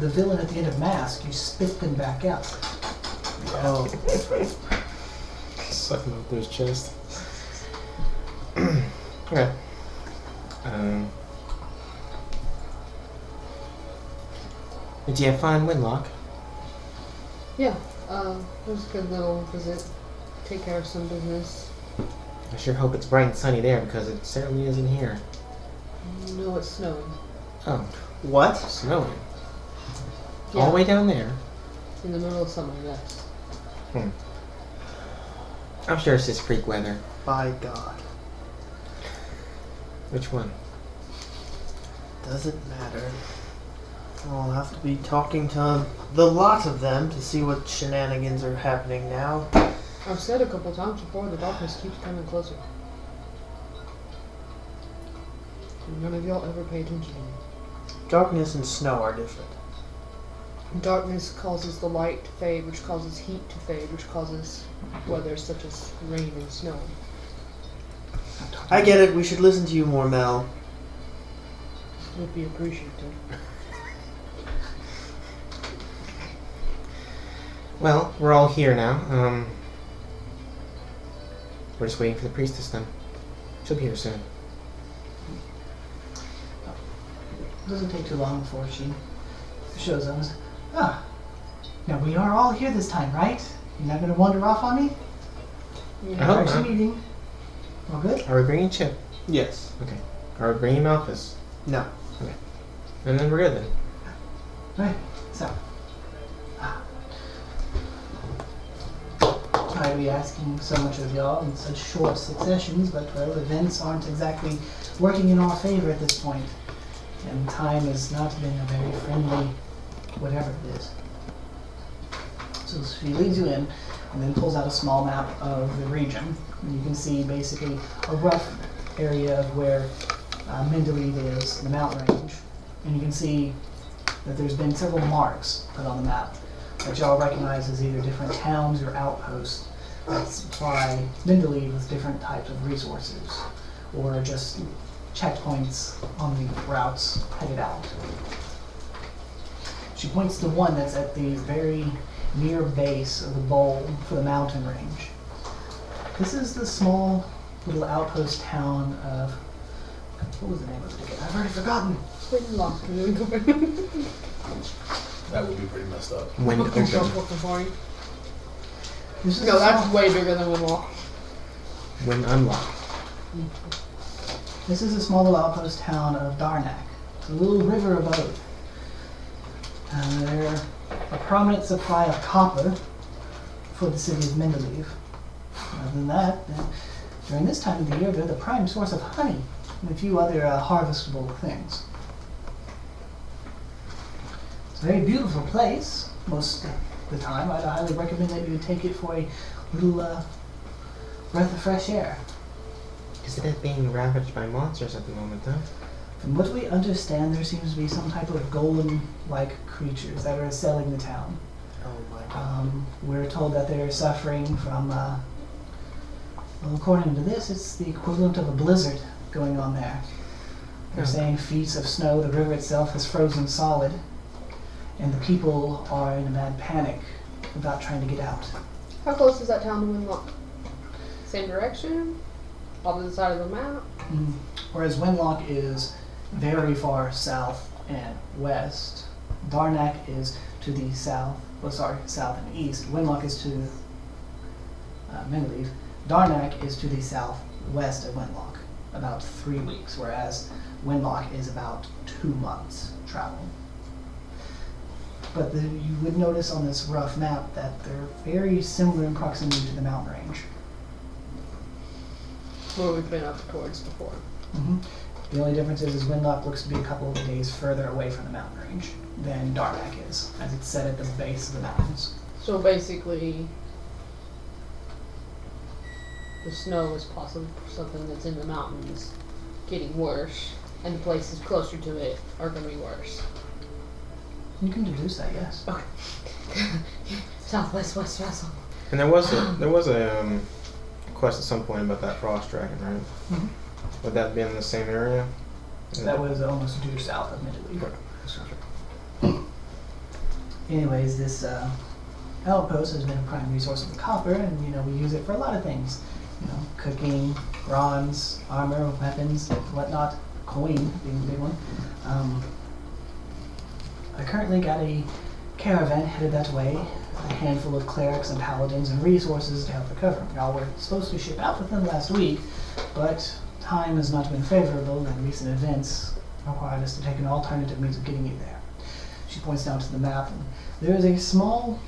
the villain at the end of Mask. You spit them back out. Oh, Sucking up those chest. okay. Um. Did you have fun, Winlock? yeah. Uh, it was a good little visit. Take care of some business. I sure hope it's bright and sunny there because it certainly isn't here. No, it's snowing. Oh, what? snowing. Yeah, All the way down there. in the middle of summer. Yes. I'm sure it's just freak weather. By God, Which one? doesn't matter. I'll have to be talking to the lot of them to see what shenanigans are happening now. I've said a couple times before the darkness keeps coming closer. And None of y'all ever pay attention to me. Darkness and snow are different. Darkness causes the light to fade, which causes heat to fade, which causes weather such as rain and snow. I get it. We should listen to you more, Mel. Would be appreciated. Well, we're all here now. Um, we're just waiting for the priestess then. She'll be here soon. Doesn't take too long before she shows up. and says, Ah, now we are all here this time, right? You're not going to wander off on me? I hope First not. meeting. All good? Are we bringing Chip? Yes. Are we bringing Malthus? No. And then we're good then. Right. So, ah. sorry to be asking so much of y'all in such short successions, but well, events aren't exactly working in our favor at this point, and time has not been a very friendly, whatever it is. So she leads you in. and then pulls out a small map of the region. And you can see basically a rough area of where uh, Mendeleev is, the mountain range. And you can see that there's been several marks put on the map that y'all recognize as either different towns or outposts that supply Mendeleev with different types of resources or just checkpoints on the routes headed out. She points to one that's at the very near base of the bowl for the mountain range. This is the small little outpost town of. What was the name of it again? I've already forgotten. That would be pretty messed up. When open, This is No, a that's small- way bigger than Winlock. when unlocked. This is a small little outpost town of Darnak, a little river abode. Uh, they're a prominent supply of copper for the city of Mendeleev. Other than that, uh, during this time of the year, they're the prime source of honey and a few other uh, harvestable things. It's a very beautiful place most of the time. I'd highly recommend that you take it for a little uh, breath of fresh air. Is it being ravaged by monsters at the moment, though? From what we understand, there seems to be some type of golem-like creatures that are selling the town. Oh my Um, we're told that they're suffering from, uh, well, according to this, it's the equivalent of a blizzard going on there. They're Hmm. saying feet of snow, the river itself has frozen solid, and the people are in a mad panic about trying to get out. How close is that town to Winlock? Same direction? Opposite side of the map? Mm. Whereas Wenlock is very far south and west. Darnak is to the south. Well, sorry, south and east. Wenlock is to uh, Mendeleev. Darnak is to the southwest of Wenlock, about three weeks. Whereas Wenlock is about two months travel. But the, you would notice on this rough map that they're very similar in proximity to the mountain range. Where we've been up towards before. Mhm. The only difference is, is Windlock looks to be a couple of days further away from the mountain range than Darnak is, as it's set at the base of the mountains. So basically, the snow is possibly something that's in the mountains getting worse, and the places closer to it are going to be worse. You can deduce that, yes. Southwest West Vessel. And there was a there was a um, quest at some point about that frost dragon, right? Mhm. Would that be in the same area? That was almost due south of Middelburg. Anyways, this uh, outpost has been a prime resource of the copper, and you know we use it for a lot of things, you know, cooking, bronze, armor, weapons, whatnot, coin being the big one. Um, I currently got a caravan headed that way, a handful of clerics and paladins and resources to help recover. Y'all were supposed to ship out with them last week, but time has not been favorable, and recent events required us to take an alternative means of getting you there. She points down to the map, and there is a small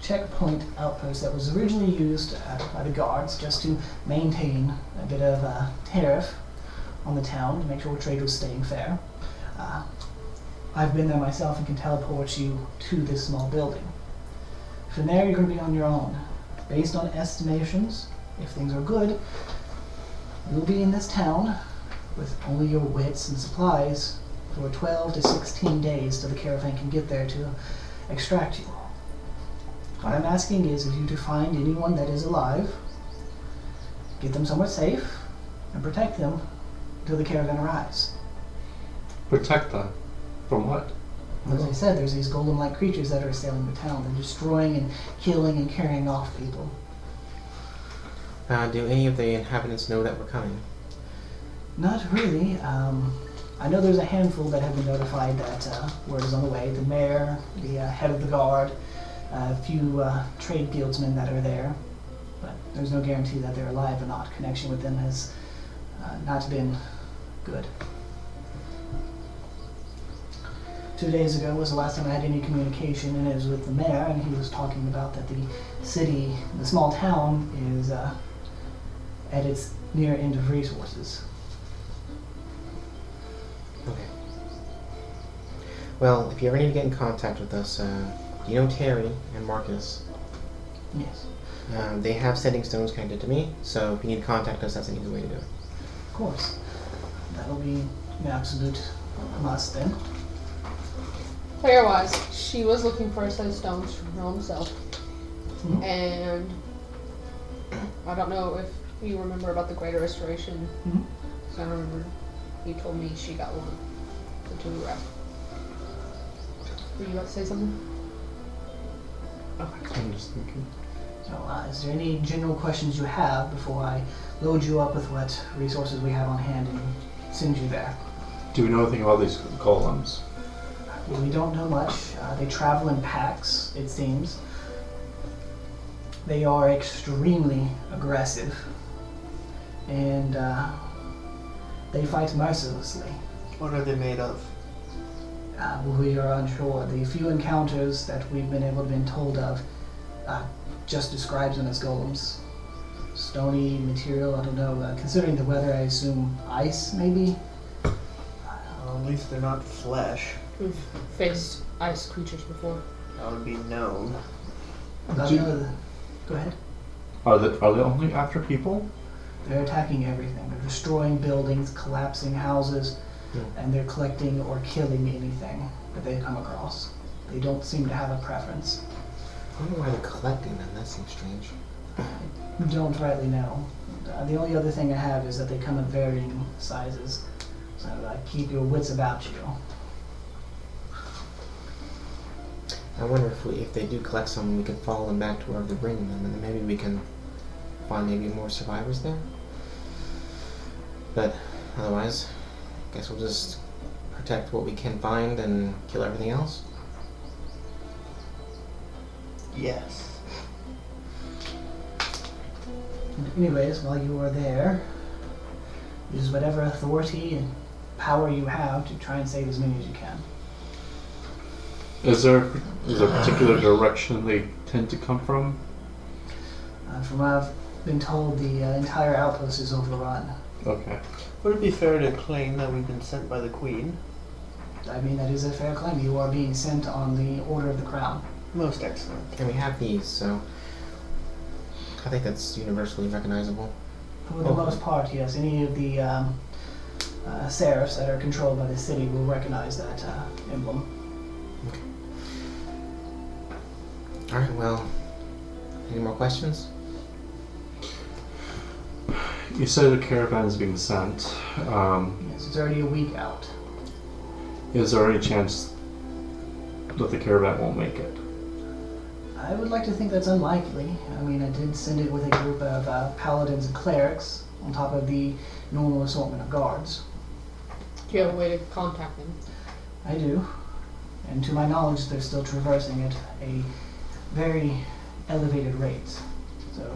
checkpoint outpost that was originally used uh, by the guards just to maintain a bit of a tariff on the town to make sure trade was staying fair. Uh, I've been there myself and can teleport you to this small building. From there, you're going to be on your own. Based on estimations, if things are good, you'll be in this town with only your wits and supplies for 12 to 16 days till the caravan can get there to extract you. What I'm asking is if you to find anyone that is alive, get them somewhere safe, and protect them until the caravan arrives. Protect them. From what? As I said, there's these golem-like creatures that are assailing the town. They're destroying and killing and carrying off people. Uh, do any of the inhabitants know that we're coming? Not really. Um, I know there's a handful that have been notified that uh, word is on the way. The mayor, the uh, head of the guard, uh, a few uh, trade guildsmen that are there, but there's no guarantee that they're alive or not. Connection with them has uh, not been good. Two days ago was the last time I had any communication, and it was with the mayor, and he was talking about that the city, the small town, is uh, at its near end of resources. Okay. Well, if you ever need to get in contact with us, uh, you know Terry and Marcus. Yes. Um, they have setting stones connected to me, so if you need to contact us, that's an easy way to do it. Of course. That'll be an absolute must then. Player wise, she was looking for a set of stones for her own self. Mhm. And I don't know if you remember about the Greater Restoration. Mhm. So I remember you told me she got one. The two were out. Were you about to say something? I'm just thinking. So, uh, is there any general questions you have before I load you up with what resources we have on hand and send you there? Do we know anything about these golems? Well, we don't know much. Uh, they travel in packs, it seems. They are extremely aggressive, and uh, they fight mercilessly. What are they made of? Uh, we are unsure. The few encounters that we've been able to been told of uh, just describes them as golems. Stony material, I don't know. Uh, considering the weather, I assume ice, maybe? Well, at least they're not flesh. We've faced ice creatures before. That would be known. I don't Do- know the- Go ahead. Are they, are they only after people? They're attacking everything. They're destroying buildings, collapsing houses, Yeah. and they're collecting or killing anything that they come across. They don't seem to have a preference. I wonder why they're collecting them. That seems strange. Don't rightly know. Uh, the only other thing I have is that they come in varying sizes, so uh, keep your wits about you. I wonder if we, if they do collect some, we can follow them back to wherever they're bringing them, and then maybe we can find maybe more survivors there. But otherwise, I guess we'll just protect what we can find and kill everything else. Yes. Anyways, while you are there, use whatever authority and power you have to try and save as many as you can. Is there is there a particular direction they tend to come from? Uh, from what I've been told, the uh, entire outpost is overrun. Okay. Would it be fair to claim that we've been sent by the Queen? I mean, that is a fair claim. You are being sent on the order of the crown. Most excellent. And we have these, so I think that's universally recognizable. For the Oh. most part, yes. Any of the um, uh, serifs that are controlled by the city will recognize that uh, emblem. All right. Well, any more questions? You said a caravan's being sent. Um, Yes, it's already a week out. is there any chance that the caravan won't make it? I would like to think that's unlikely. I mean, I did send it with a group of uh, paladins and clerics on top of the normal assortment of guards. Do you have a way to contact them? I do. And to my knowledge, they're still traversing at a very elevated rate. So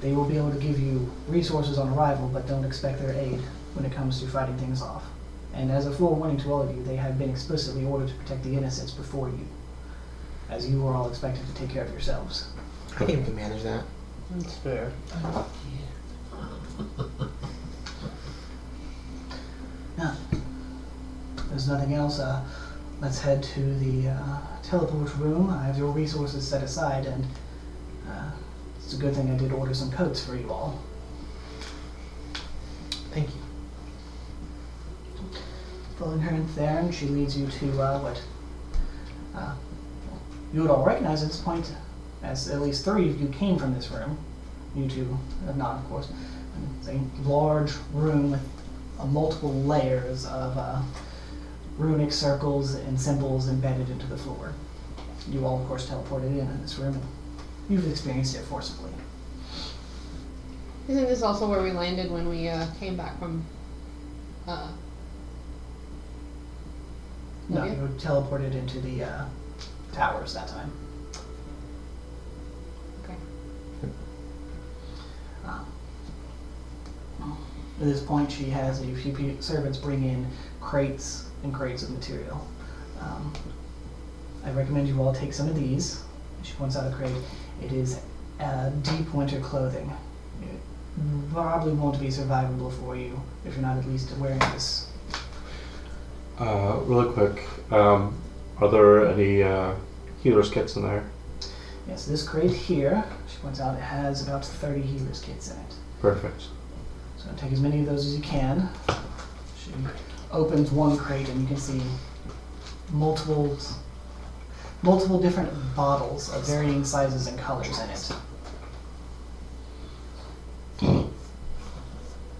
they will be able to give you resources on arrival, but don't expect their aid when it comes to fighting things off. And as a forewarning to all of you, they have been explicitly ordered to protect the innocents before you, as you are all expected to take care of yourselves. I think we can manage that. That's fair. If there's nothing else, uh, let's head to the uh, teleport room. I have your resources set aside, and uh, it's a good thing I did order some coats for you all. Thank you. Following her in Theron, she leads you to uh, what uh, you would all recognize at this point, as at least three of you came from this room. You two have not, of course. And It's a large room with uh, multiple layers of uh, runic circles and symbols embedded into the floor. You all, of course, teleported in in this room, and you've experienced it forcibly. Isn't this also where we landed when we uh, came back from uh, No, Okay. you were teleported into the uh, towers that time. Okay. Um, At this point, she has a few pe- servants bring in crates and crates of material. Um, I recommend you all take some of these. She points out a crate. It is uh, deep winter clothing. It probably won't be survivable for you if you're not at least wearing this. Uh, really quick, um, are there any uh, healers kits in there? Yes, this crate here, she points out, it has about 30 healer's kits in it. Perfect. So take as many of those as you can. She opens one crate and you can see multiple, multiple different bottles of varying sizes and colors in it.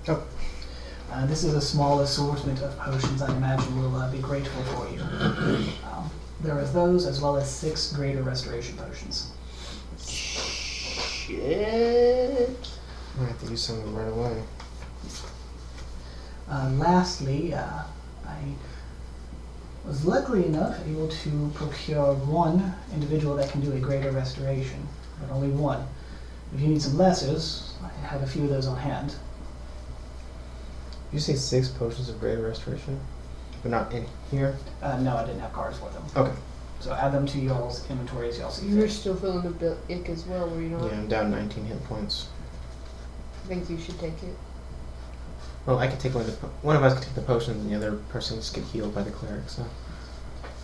Oh. Uh, this is a small assortment of potions I imagine will uh, be grateful for you. Um, there are those as well as six greater restoration potions. Shit. I'm gonna have to use some of them right away. Uh, lastly, uh, I was luckily enough able to procure one individual that can do a greater restoration, but only one. If you need some lessers, I have a few of those on hand. You say six potions of greater restoration, but not in here. Uh, no, I didn't have cards for them, Okay. so add them to y'all's inventory as y'all see You're fit. still feeling a bit ick as well, were you Yeah, not? I'm down 19 hit points. I think you should take it. Well, I can take one of the po- one of us can take the potions, and the other person just get healed by the cleric. So,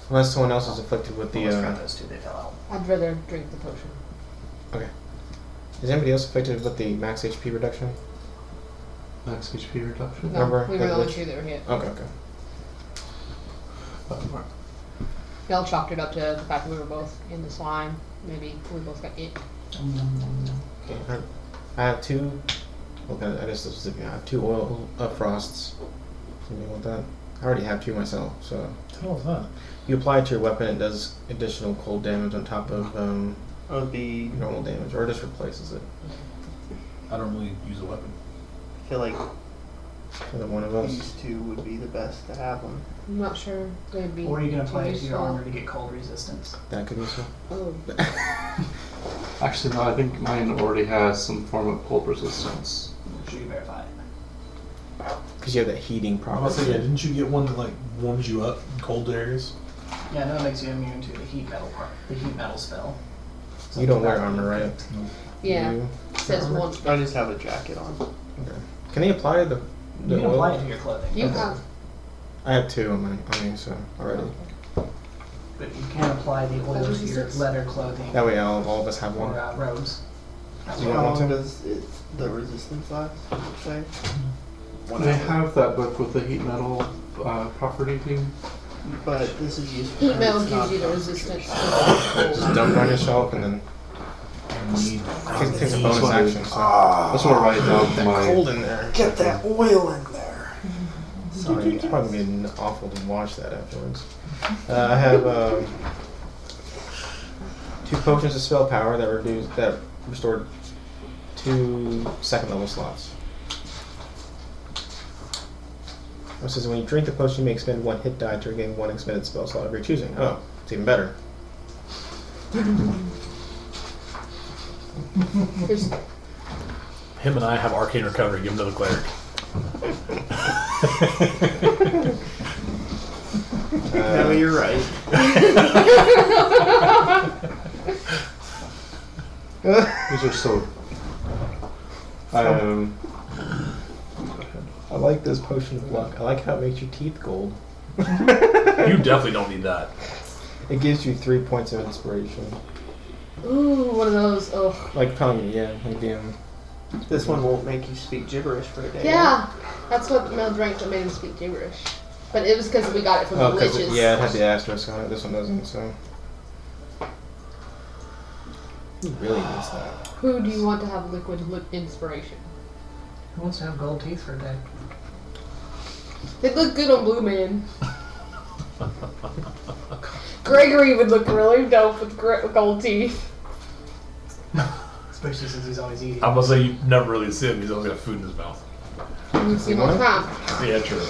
unless someone else is afflicted with the, Almost forgot uh, those two, they fell out. I'd rather drink the potion. is anybody else afflicted with the max HP reduction? Max HP reduction. No, Remember we were that the only lich- two that were hit. Okay, okay. Y'all chalked it up to the fact we were both in the slime. Maybe we both got it. Nom, nom, nom, nom. okay. I, I have two. Okay, I guess this is I have two oil uh, frosts. Anything with that? I already have two myself, so What the hell you apply it to your weapon, it does additional cold damage on top of um, Of the, normal damage, or it just replaces it is that? I don't really use a weapon. I feel like for the one of us. these two would be the best to have them. I'm not sure they'd be. Or you can apply it to useful. your armor to get cold resistance. That could be so. Oh, Actually, no. I think mine already has some form of cold resistance. Make sure you verify it. Because you have that heating I problem. was gonna say, yeah, didn't you get one that like warms you up in cold areas? Yeah, no, it makes you immune to the heat metal part, the heat metal spell. You don't wear armor, right? yeah. You- says one. I just have a jacket on. Okay. Can they apply the, You the can oil? apply it to your clothing. You Okay. have. I have two on my on me, so already. But you can apply the oil to your Resistance? leather clothing That way, all, all of us have one. or uh, robes. Do you How want long one too? does it, the resistance last? Say. One They hour. have that book with the heat metal uh, property team. But this is useful. Heat metal gives you the resistance to Just the cold. dump it on your shelf and then I need take, takes a bonus That's what I- action. So. That's where I write down my. Cold in there. Get that oil in there. Sorry, it's probably been awful to watch that afterwards. Uh, I have um, two potions of spell power that reduce that restored two second level slots. It says when you drink the potion, you may expend one hit die to regain one expended spell slot of your choosing. Oh, it's even better. There's- Him and I have arcane recovery. Give him to the cleric. no, Uh, you're right. These are so. Um, I like this potion of luck. I like how it makes your teeth gold. you definitely don't need that. It gives you three points of inspiration. Ooh, one of those. Oh, Like Tommy, yeah, like damn. This one won't make you speak gibberish for a day. yeah. That's what Mel drank that made him speak gibberish. But it was because we got it from Oh, the 'cause witches. it, yeah, it had the asterisk on it. This one doesn't, so. He really needs that. Who do you want to have liquid li- inspiration? Who wants to have gold teeth for a day? They look good on Blue Man. Gregory would look really dope with gr- gold teeth. Especially since he's always eating. Oh. I'm gonna say you never really see him. He's always got food in his mouth. You see him all the time. Yeah, true.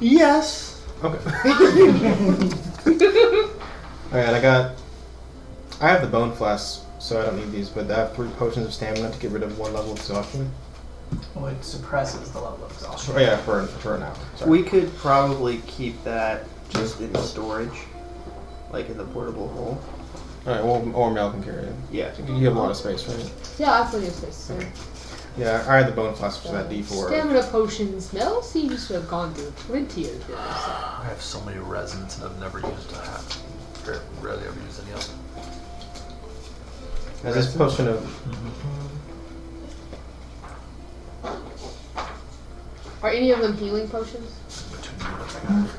Yes. Okay. Alright, I got. I have the bone flasks, so I don't need these, but I have three potions of stamina to get rid of one level of exhaustion. Well, Oh, it suppresses the level of exhaustion. Oh, yeah, for, for an hour. Sorry. We could probably keep that just in storage, like in the portable hole. Alright, well, or Mel can carry it. Yeah. You have a lot of space, right? Yeah, I feel your face, sir. Yeah, I had the bone flasks for that D4. Stamina potions. Mel seems to have gone through plenty of those. I have so many resins and I've never used a hat. Rarely ever used any of them. As this potion of Are any of them healing potions?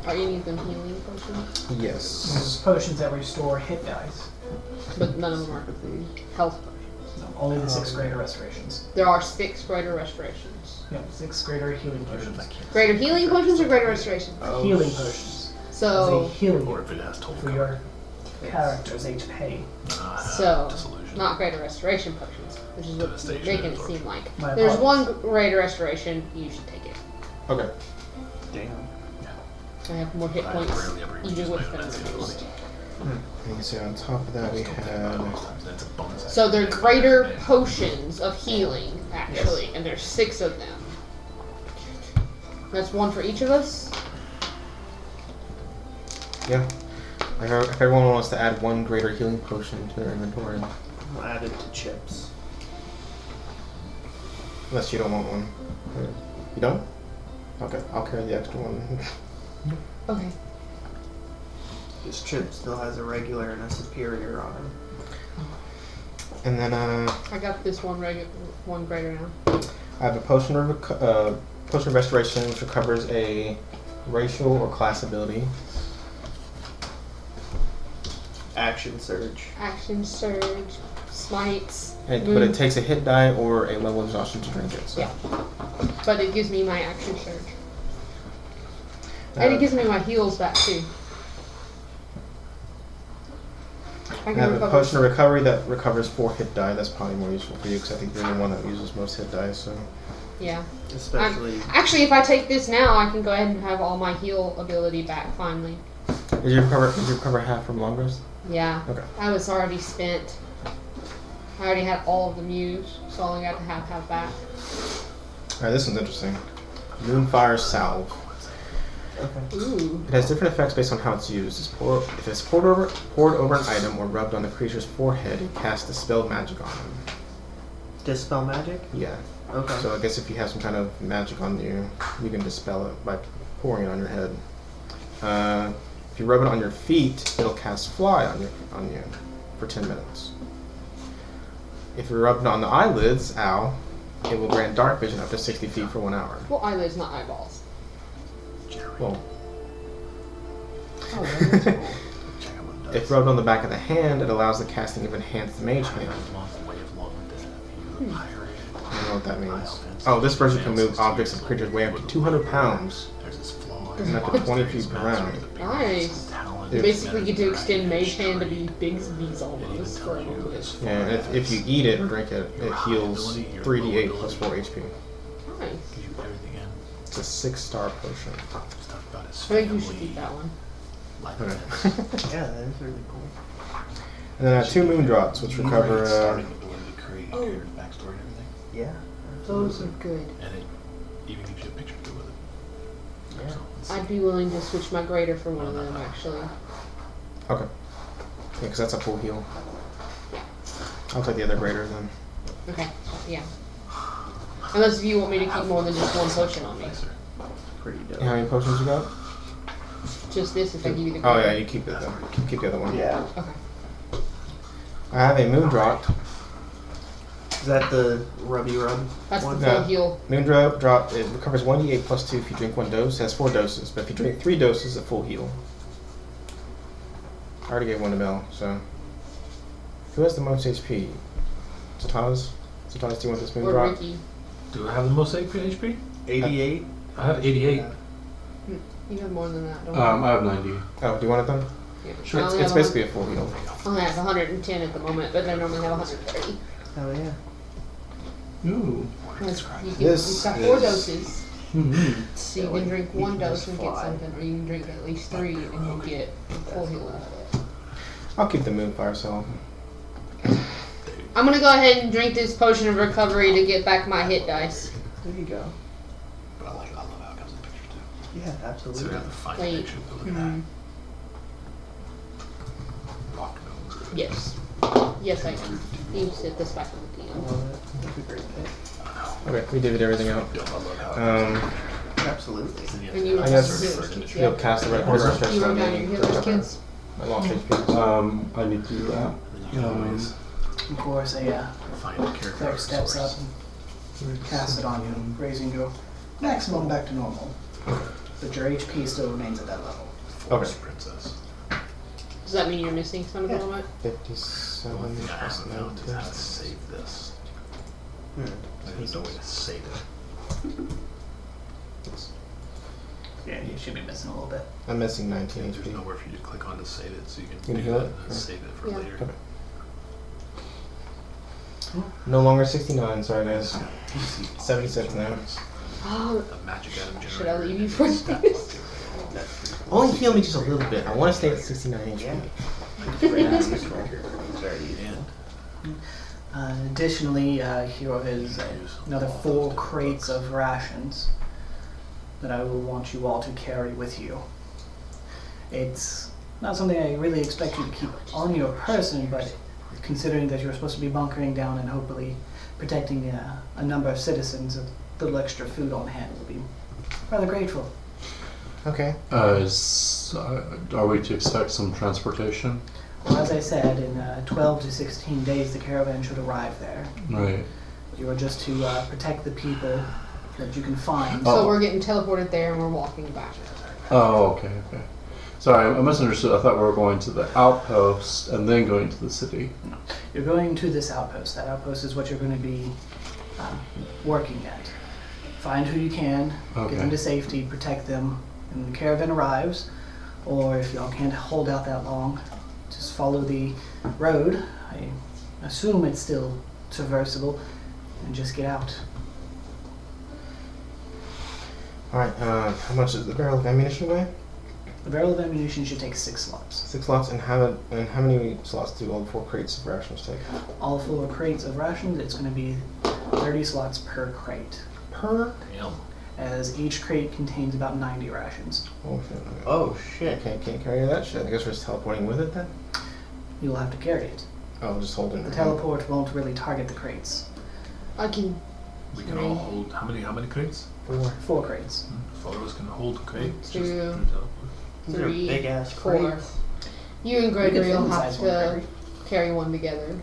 Are any of them healing potions? yes, There's potions that restore hit dice. But none of them are health potions. No, only the Um, sixth grader restorations. There are six greater restorations. Yep, sixth grader healing potions. Greater healing potions or greater restorations? oh. Healing potions. As a So, Or healing if it has total for your character's HP. so, Disillusion. not greater restoration potions, which is what you're Devastation making it absorption. seem like. My There's one apologies. greater restoration, you should take it. Mm-hmm. okay. Damn. I have more hit I points, rarely ever use even my with own them magic reduced. And you can see on top of that we had That's a bonus. So they're greater potions of healing, actually, and there's six of them. That's one for each of us. yeah. Like if everyone wants to add one greater healing potion to their inventory, I'll add it to chips. unless you don't want one. You don't? Okay, I'll carry the extra one. Okay. This chip still has a regular and a superior on him. And then uh, I got this one regu- one greater now. I have a potion of reco- uh, potion of restoration, which recovers a racial or class ability. Action surge. Action surge, smites, And, But it Mm. takes a hit die or a level of exhaustion to drink it. So. Yeah. but it gives me my action surge, Uh, and it gives me my heals back too. I I can have a recover. potion of recovery that recovers four hit die. That's probably more useful for you because I think you're the one that uses most hit die. So Yeah. Especially Actually, if I take this now, I can go ahead and have all my heal ability back finally. did you recover? Did you recover half from long rest? Yeah. Okay. I was already spent. I already had all of them used, so I only got to have half back. All right, Uh, this one's interesting. Moonfire salve. Um, Ooh. It has different effects based on how it's used. It's pour, if it's poured over, poured over an item or rubbed on the creature's forehead, it casts dispel magic on them. dispel magic. Yeah. Okay. So I guess if you have some kind of magic on you, you can dispel it by pouring it on your head. Uh, if you rub it on your feet, it'll cast fly on you on you for ten minutes. If you rub it on the eyelids, ow, it will grant dark vision up to sixty feet for one hour. Well, eyelids, not eyeballs. Well, Oh, that is cool. if rubbed on the back of the hand, it allows the casting of enhanced mage hand. Hmm. I don't know what that means. Oh, this person can move objects and creatures weighing up to 200 pounds and up to 20 feet per round. Nice. Dude. Basically, you get to extend Mage Hand to be Bigsby's almost for a little bit. Yeah, and if, if you eat it or drink it, it heals 3d8 plus 4 HP. Nice. It's a 6 star potion. I think you should keep that one. Okay. yeah, that is really cool. and then I have Uh, two moon drops, which recover. Uh, Starting with the word of the Kree, Oh. your backstory and everything, Yeah. Those are good. and it even gives you a picture to go with it. I'd be willing to switch my grader for one of them, actually. okay. Yeah, because that's a full heal. I'll take the other greater then. Okay. Yeah. Unless you want me to keep more than just one potion on me. Pretty dope. And how many potions you got? Just this if I give you the Oh, grader. yeah, you keep it then. Keep, keep the other one. Yeah. Okay. I have a moon drop. Is that the rubby rub? That's the one? full No. heal. Moon drop, drop it recovers 1d8 plus 2 if you drink one dose. It has 4 doses, but if you drink 3 doses, a full heal. I already gave one to Mel, so. Who has the most HP? Zataz? Zataz, do you want this moon Or drop? Ricky. Do I have the most HP? 88? I have 88. You have more than that, don't you? Um, I have 90. Oh, do you want it then? Yeah. Sure. I only It's, it's have a hun- basically a full heal. I only have 110 at the moment, but I normally have 130. Oh, yeah. Ooh. That's you can, This you've got four is- doses, Mm-hmm. so you Silly. can drink one dose and get fly. something, or you can drink at least three and you get a full healing. I'll keep the moon fire cell. I'm gonna go ahead and drink this potion of recovery to get back my hit dice. There you go. But I like, I love how it comes in picture too. Yeah, So we absolutely. have to find Wait. a picture. But look at that. Rock nose. Yes. Yes, I can. You can set this back on the DM. Love it. That's a great pick. Okay, we did everything out. Yo, I love how it Um, Absolutely. And you were I just guess- healer's kids, you'll yeah. cast the red What's that? stress You wrote on down me. your healer's kids. I lost HP. Um, I need to do that. And then you can Um, always before as a uh, Find a character cleric steps up resource. and casts it on you, raising your maximum back to normal. But your HP still remains at that level. Forest Princess. Does that mean you're missing some of Yeah. the element? The one 57 thing I plus haven't found is how to 19. save this. There's no way to save it. Yeah, you should be missing a little bit. I'm missing 19 There's HP. nowhere for you to click on to save it, so you can Can you do do that that? and then Yeah. save it for Yeah. later. Okay. No longer 69, sorry guys. 76 now. Oh, A magic item generator. Should I leave you for this? Only heal me just a little bit. I want to stay at 69 HP. And Uh, additionally, uh, here is another four crates of rations that I will want you all to carry with you. It's not something I really expect you to keep on your person, but considering that you're supposed to be bunkering down and hopefully protecting uh, a number of citizens, a little extra food on hand will be rather grateful. Okay. Uh, is, uh, are we to expect some transportation? Well, as I said, in uh, 12 to 16 days, the caravan should arrive there. Right. You are just to uh, protect the people that you can find. Oh. so we're getting teleported there and we're walking back. Oh, okay, okay. Sorry, I misunderstood. I thought we were going to the outpost and then going to the city. You're going to this outpost. That outpost is what you're going to be um, working at. Find who you can, Okay. get them to safety, protect them, and the caravan arrives. Or if y'all can't hold out that long, just follow the road. I assume it's still traversable, and just get out. Alright, uh, how much does the barrel of ammunition weigh? The barrel of ammunition should take six slots. Six slots, and how, and how many slots do all four crates of rations take? All four crates of rations, it's going to be 30 slots per crate, Per? Damn. as each crate contains about 90 rations. Oh, shit. okay. Oh shit. Okay, can't carry that shit. I guess we're just teleporting with it then? You'll have to carry it. Oh, just holding The it. teleport won't really target the crates. I can. We can all hold how many how many crates? Four. Four crates. Four of us can hold crates. just Hmm. Two. through teleport. These are Three, big ass four. crates. You and You can Gregory fit will inside have one to crate. carry one together.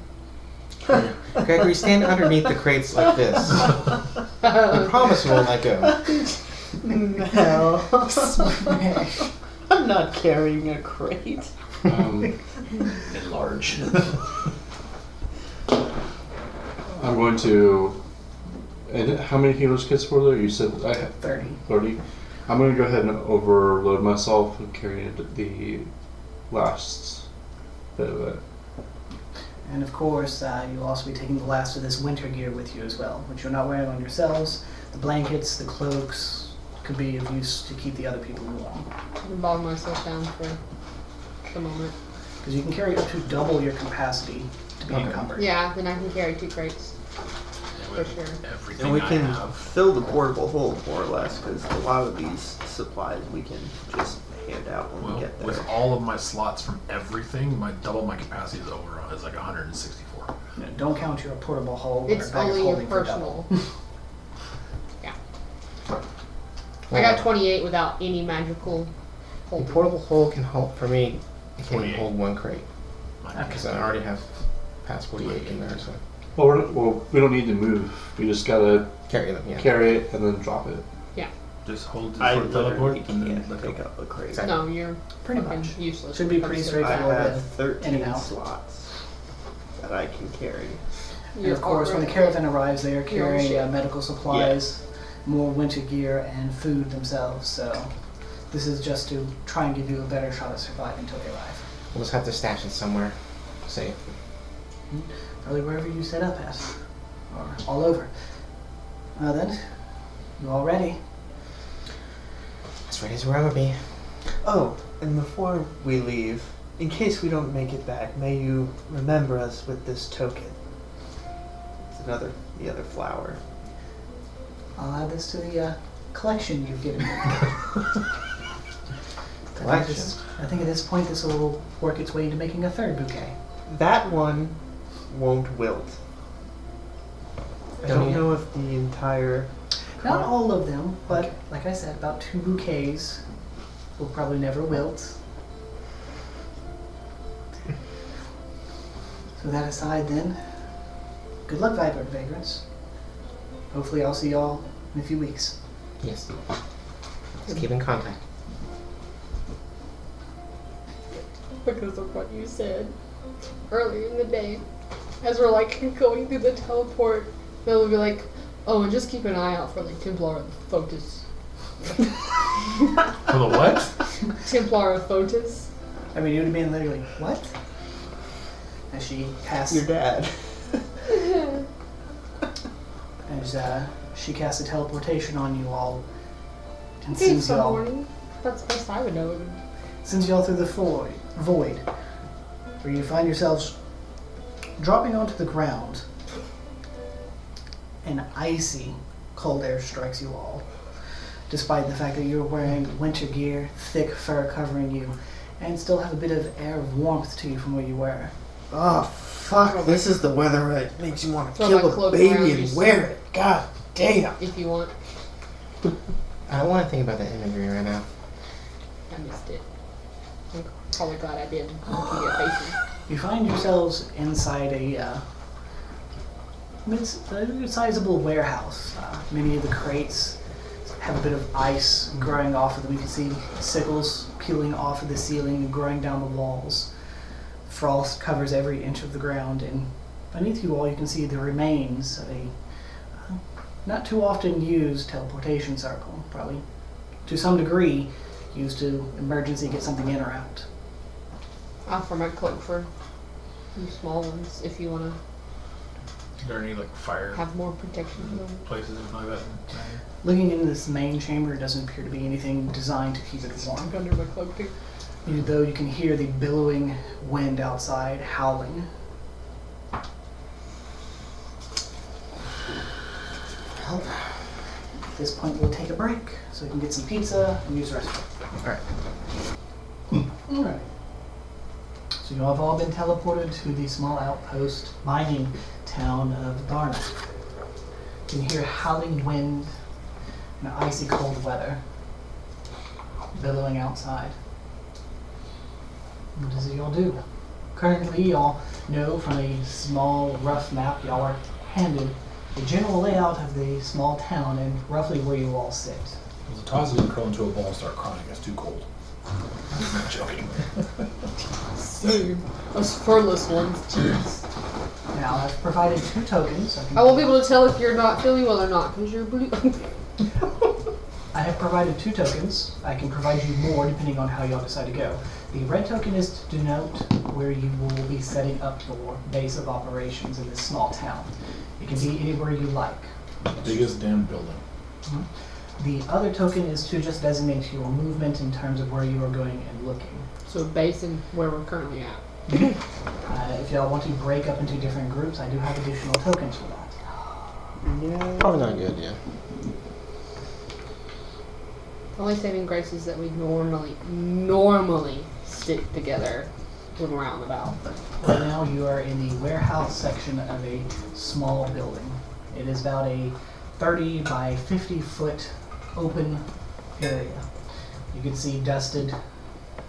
Gregory, stand underneath the crates like this. I promise we won't let go. No. I'm not carrying a crate. Um, Enlarge. I'm going to. And how many healers kits were there? You said I had 30. 30. I'm going to go ahead and overload myself and carry the last bit of it. And of course, uh, you'll also be taking the last of this winter gear with you as well, which you're not wearing on yourselves. The blankets, the cloaks could be of use to keep the other people warm. I can bog myself down for the moment. Because you can carry up to double your capacity to be Okay. encumbered. Yeah, then I can carry two crates. For sure. Everything And we I can have. fill the portable hole more or less because a lot of these supplies we can just hand out when we Well, get with there. all of my slots from everything, my double my capacity is over uh, is like 164. You know, don't count your portable hull It's or bag of only your holding for personal. double. I got 28 without any magical The hold. portable hole can hold for me. It can 48. hold one crate My because I already have past 48 in there, so Well, we're, well, we don't need to move. We just gotta carry them. Yeah. carry it and then drop it. Just hold this I for teleport literally and then can't look pick up. up a crate. Exactly. No, you're Pretty fucking much. useless. Should be pretty I straightforward. have In and 13 out. slots that I can carry. And of course, when the caravan arrives, they are carrying uh, shit. medical supplies, more winter gear, and food themselves. So, this is just to try and give you a better shot at surviving until they arrive. We'll just have to stash it somewhere safe. Probably wherever you set up at, or all over. Well then, you all ready? As ready as we'll ever be. Oh, and before we leave, in case we don't make it back, may you remember us with this token. It's another, the other flower. I'll add this to the uh, collection you've given me. I think Collection. this- I think at this point, this will work its way into making a third bouquet. That one won't wilt. I Don't don't you- know if the entire. Not all of them, but like I said, about two bouquets will probably never wilt. So that aside, then, Good luck, Vibrant Vagrants. Hopefully, I'll see y'all in a few weeks. Yes. Let's keep in contact. because of what you said earlier in the day. As we're like going through the teleport, they'll be like, "Oh, and just keep an eye out for like Templar Fotis." For the what? Templar Fotis. I mean, you would have been literally, what? As she casts, Your dad. as uh, she casts a teleportation on you all, and Hey, sends some y'all, morning. That's the best I would know. sends y'all through the void, void, where you find yourselves dropping onto the ground. An icy cold air strikes you all, despite the fact that you're wearing winter gear, thick fur covering you, and still have a bit of air of warmth to you from where you were. Oh fuck! This is the weather that makes you want to Throw my kill a cloak around baby your and wear it. God damn! If you want, I don't want to think about that imagery right now. I missed it. I'm probably glad I did. Looking at faces. You find yourselves inside a uh, mid- a sizable warehouse. Uh, many of the crates have a bit of ice growing off of them. You can see sickles peeling off of the ceiling and growing down the walls. Frost covers every inch of the ground, and beneath you all, you can see the remains of a uh, not too often used teleportation circle, probably to some degree used to emergency get something in or out. Offer my cloak for you small ones if you want Is there any like fire to have more protection. places and like that? Looking into this main chamber, it doesn't appear to be anything designed to keep it warm. Tuck under my cloak too. You, though you can hear the billowing wind outside howling. Well, at this point, we'll take a break so we can get some pizza and use the restroom. Alright. All right. So you have all been teleported to the small outpost mining town of Darna. You can hear howling wind and icy cold weather billowing outside. What does it all do? Currently, y'all know from a small, rough map y'all are handed the general layout of the small town and roughly where you all sit. Well, the Tazi didn't curl into a ball and start crying. It's too cold. I'm not joking. Same. Us furless ones, jeez. Now, I've provided two tokens. I, can, I won't be able to tell if you're not feeling well or not because you're blue. I have provided two tokens. I can provide you more depending on how y'all decide to go. The red token is to denote where you will be setting up your base of operations in this small town. It can be anywhere you like. Biggest damn building. The other token is to just designate your movement in terms of where you are going and looking. so based on where we're currently at. Uh, if y'all want to break up into different groups, I do have additional tokens for that. Probably not a good idea. The only saving grace is that we normally, normally stick together when we're out and about. Right now, you are in the warehouse section of a small building. It is about a 30 by 50 foot open area. You can see dusted,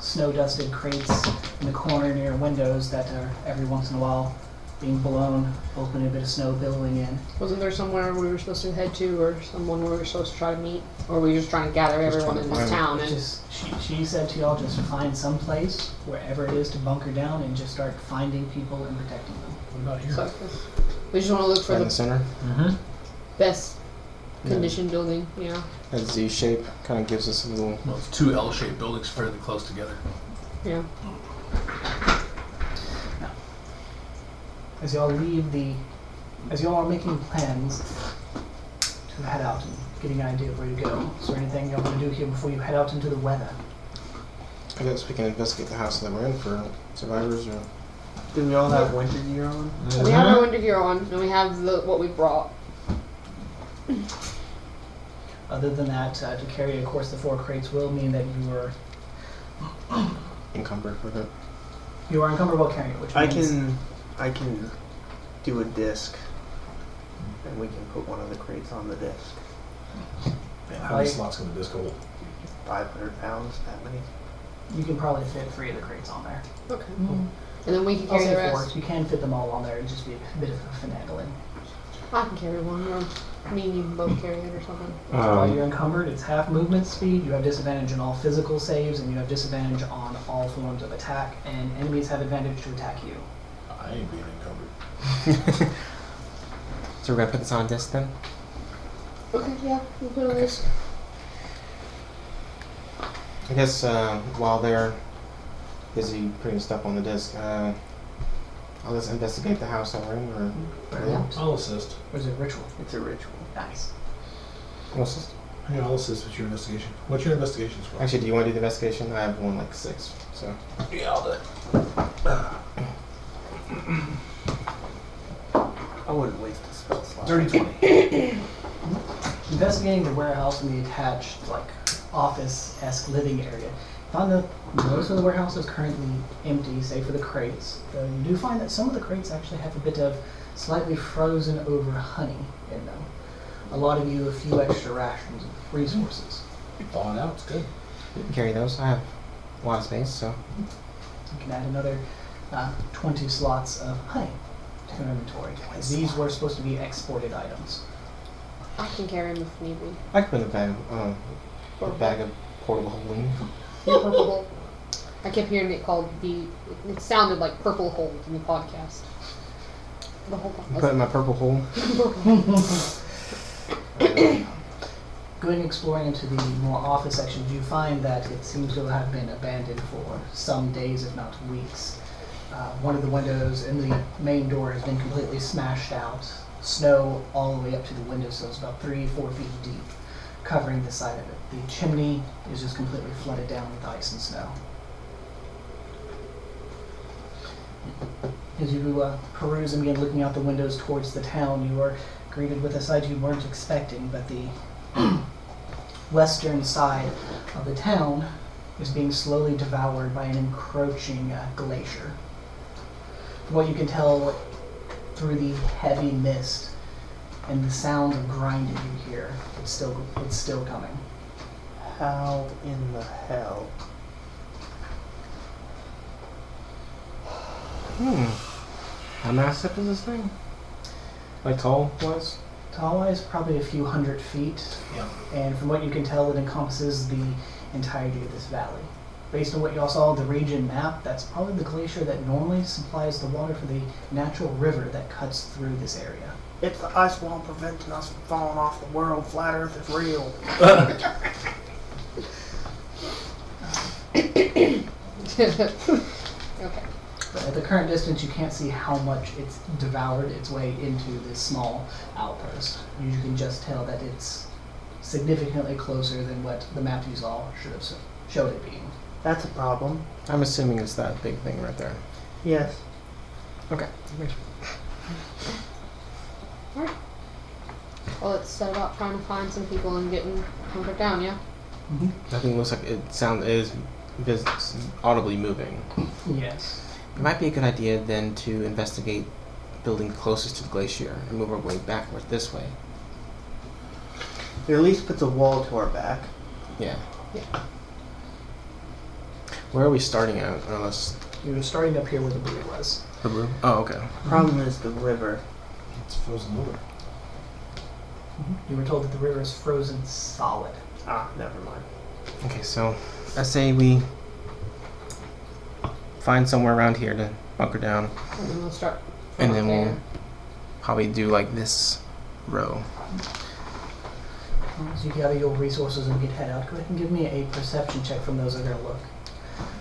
snow dusted crates in the corner near windows that are every once in a while being blown open, a bit of snow billowing in. Wasn't there somewhere we were supposed to head to or someone we were supposed to try to meet? Or were we just trying to gather Just everyone in trying to this find- town and Just she, she said to y'all, just find some place wherever it is to bunker down and just start finding people and protecting them. What about here? So, we just want to look for Right in the the center. Mm-hmm. best Yeah. conditioned building, you know? That Z shape kind of gives us a little. Well, it's two L-shaped buildings fairly close together. Yeah. As y'all leave the, as y'all are making plans to head out and getting an idea of where to go, is there anything y'all want to do here before you head out into the weather? I guess we can investigate the house that we're in for survivors or. Mhm. Do we all have winter gear on? We have our winter gear on and we have the, what we brought. Other than that, uh, to carry, of course, the four crates will mean that you are encumbered with it. you are encumbered while carrying it, which I means can, I can do a disc, and we can put one of the crates on the disc. How many slots in the disco? Five hundred pounds, that many. you can probably fit three of the crates on there. Okay. And then we can I'll carry say the four. rest. You can fit them all on there. It'd just be a bit of finagling. I can carry one. Or me and you can both carry it or something. While you're Um, encumbered, it's half movement speed. You have disadvantage on all physical saves, and you have disadvantage on all forms of attack. And enemies have advantage to attack you. I ain't being encumbered. So we're gonna put this on disc then. Okay, yeah, we'll put on this. I guess uh, while they're busy putting stuff on the disc, uh, I'll just investigate the house that we're in. Or Burnout. I'll assist. Or is it ritual? It's a ritual. Nice. What's this? Yeah, I'll assist with your investigation. What's your investigation score? Actually, do you want to do the investigation? I have one like six. So yeah, I'll do it. I wouldn't waste a spell slot. Dirty 20. Investigating the warehouse and the attached, like, office-esque living area. Find that most of the warehouse is currently empty, save for the crates. Though you do find that some of the crates actually have a bit of slightly frozen over honey in them. A lot of you, a few extra rations of resources. Thawing out, it's good. you can carry those. I have a lot of space. So You can add another uh, 20 slots of honey to your inventory. These were supposed to be exported items. I can carry him if need be. I can put in a bag, of, um, a bag of portable holding. Purple. I kept hearing it called the. It sounded like purple hole in the podcast. The whole Put it in podcast. my purple hole. Going exploring into the more office sections, you find that it seems to have been abandoned for some days, if not weeks. Uh, one of the windows in the main door has been completely smashed out. Snow all the way up to the window, so it's about three, four feet deep, covering the side of it. The chimney is just completely flooded down with ice and snow. As you uh, peruse and begin looking out the windows towards the town, you are greeted with a sight you weren't expecting, but the western side of the town is being slowly devoured by an encroaching uh, glacier. From what you can tell through the heavy mist and the sound of grinding you hear, it's still it's still coming. How in the hell? Hmm. How massive is this thing? Like tall was? Tall is probably a few hundred feet, Yeah. and from what you can tell, it encompasses the entirety of this valley. Based on what y'all saw of the region map, that's probably the glacier that normally supplies the water for the natural river that cuts through this area. It's the ice wall preventing us from falling off the world. Flat Earth is real. okay. But at the current distance, you can't see how much it's devoured its way into this small outpost. You can just tell that it's significantly closer than what the map you saw should have s- showed it being. That's a problem. I'm assuming it's that big thing right there. Yes. Okay. Well, it's set about trying to find some people and getting hunkered down, yeah? Nothing looks like it sound it is vis- audibly moving. Yes. It might be a good idea then to investigate building closest to the glacier and move our way backward this way. It at least puts a wall to our back. Yeah. Yeah. Where are we starting at? Unless You were starting up here where the blue was. the room. Oh, okay. Problem is the river. It's frozen over. You were told that the river is frozen solid. Ah, never mind. Okay, so I say we find somewhere around here to bunker down, And then we'll start. and then there. we'll probably do like this row. So you gather your resources and we can head out. Go ahead and give me a perception check from those that are going to look.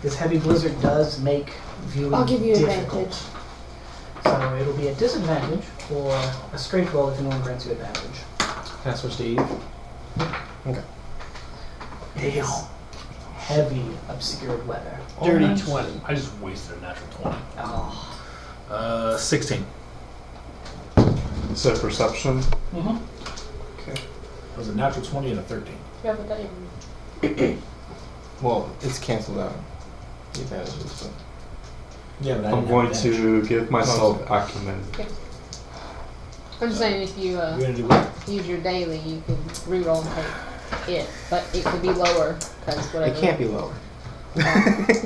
This heavy blizzard does make viewing I'll give you difficult. advantage. So it'll be a disadvantage or a straight roll if anyone grants you advantage. Can I switch to Eve? Damn. Heavy, obscured weather. Dirty I just- 20. I just wasted a natural 20. Oh. Uh, 16. so perception. Mm-hmm. It was a natural 20 and a 13. Yeah, but that even- Well, it's canceled out. The advantages, so. Yeah, but I I'm going to give myself acumen. I'm just saying if you You're uh, going to do what? use your daily, you can reroll and take it, but it could be lower because whatever. It can't be lower.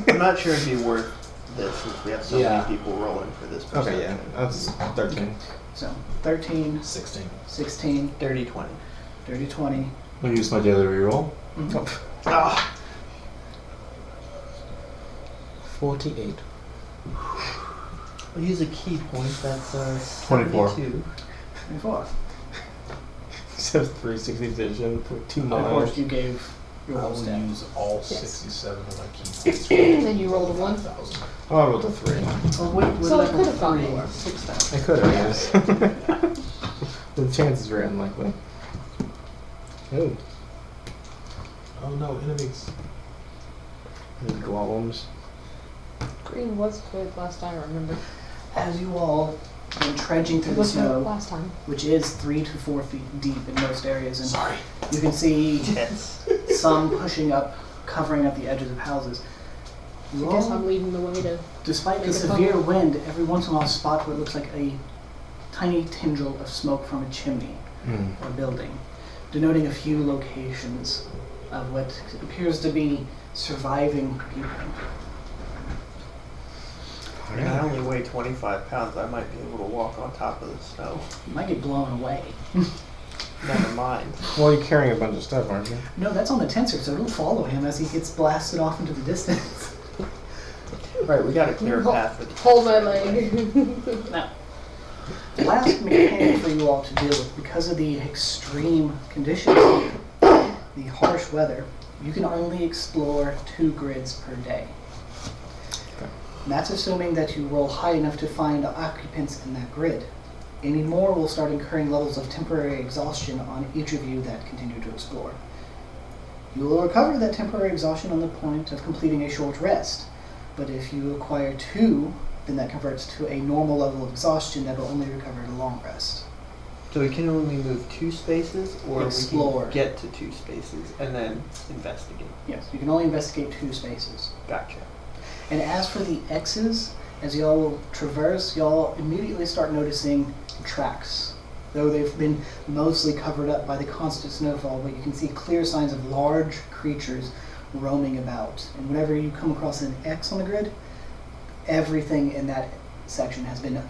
I'm not sure it'd be worth this since we have so Yeah. many people rolling for this perception. Okay, yeah, that's 13. So 13, 16. 16, Dirty 20. dirty 20. I use my daily reroll. Ah, 48. I'll use a key point. That's uh, 24. 72. 24. So 360 vision for two Of miles. course, Oh, you gave I your whole will stat. use all Yes. 67 of my key points. Then you rolled a one. Oh, I rolled a 3. Oh, wait, we're So I level could have gone three. anywhere. Six thousand. I could have, yes. the chances were unlikely. Oh, Oh no, enemies. these golems. Green was good last time. I remember. As you all were trudging through It the was good snow, last time. which is three to four feet deep in most areas, and Sorry. you can see Yes. some pushing up, covering up the edges of houses. You I guess all- I'm leading the way to. Despite the Make a phone severe call. wind, every once in a while, spot what looks like a tiny tendril of smoke from a chimney or building, denoting a few locations of what appears to be surviving people. I mean, I only weigh 25 pounds. I might be able to walk on top of the snow. You might get blown away. Never mind. Well, you're carrying a bunch of stuff, aren't you? No, that's on the tensor, so it'll follow him as he gets blasted off into the distance. Right, we got a clear path for the Hold my leg. now, the last mechanic for you all to deal with, because of the extreme conditions, the harsh weather, you can only explore two grids per day. And that's assuming that you roll high enough to find occupants in that grid. Any more will start incurring levels of temporary exhaustion on each of you that continue to explore. You will recover that temporary exhaustion on the point of completing a short rest, but if you acquire two, then that converts to a normal level of exhaustion that will only recover at a long rest. So we can only move two spaces, or Explore. we can get to two spaces and then investigate. Yes. You can only investigate two spaces. Gotcha. And as for the X's, as y'all traverse, y'all immediately start noticing tracks. Though they've been mostly covered up by the constant snowfall, but you can see clear signs of large creatures roaming about. And whenever you come across an X on the grid, everything in that section has been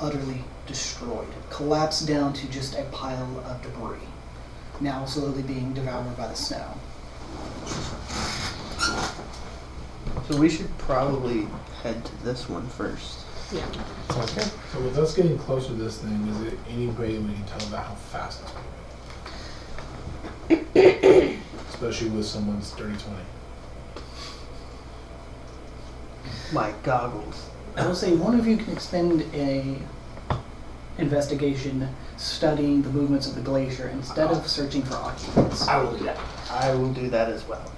utterly destroyed, collapsed down to just a pile of debris, now slowly being devoured by the snow. So we should probably head to this one first. yeah. Okay. So with us getting closer to this thing, is it any way we can tell about how fast it's moving? Especially with someone's dirty 20. My goggles. I will say one of you can expend a investigation studying the movements of the glacier instead of searching for occupants. I will do that. I will do that as well.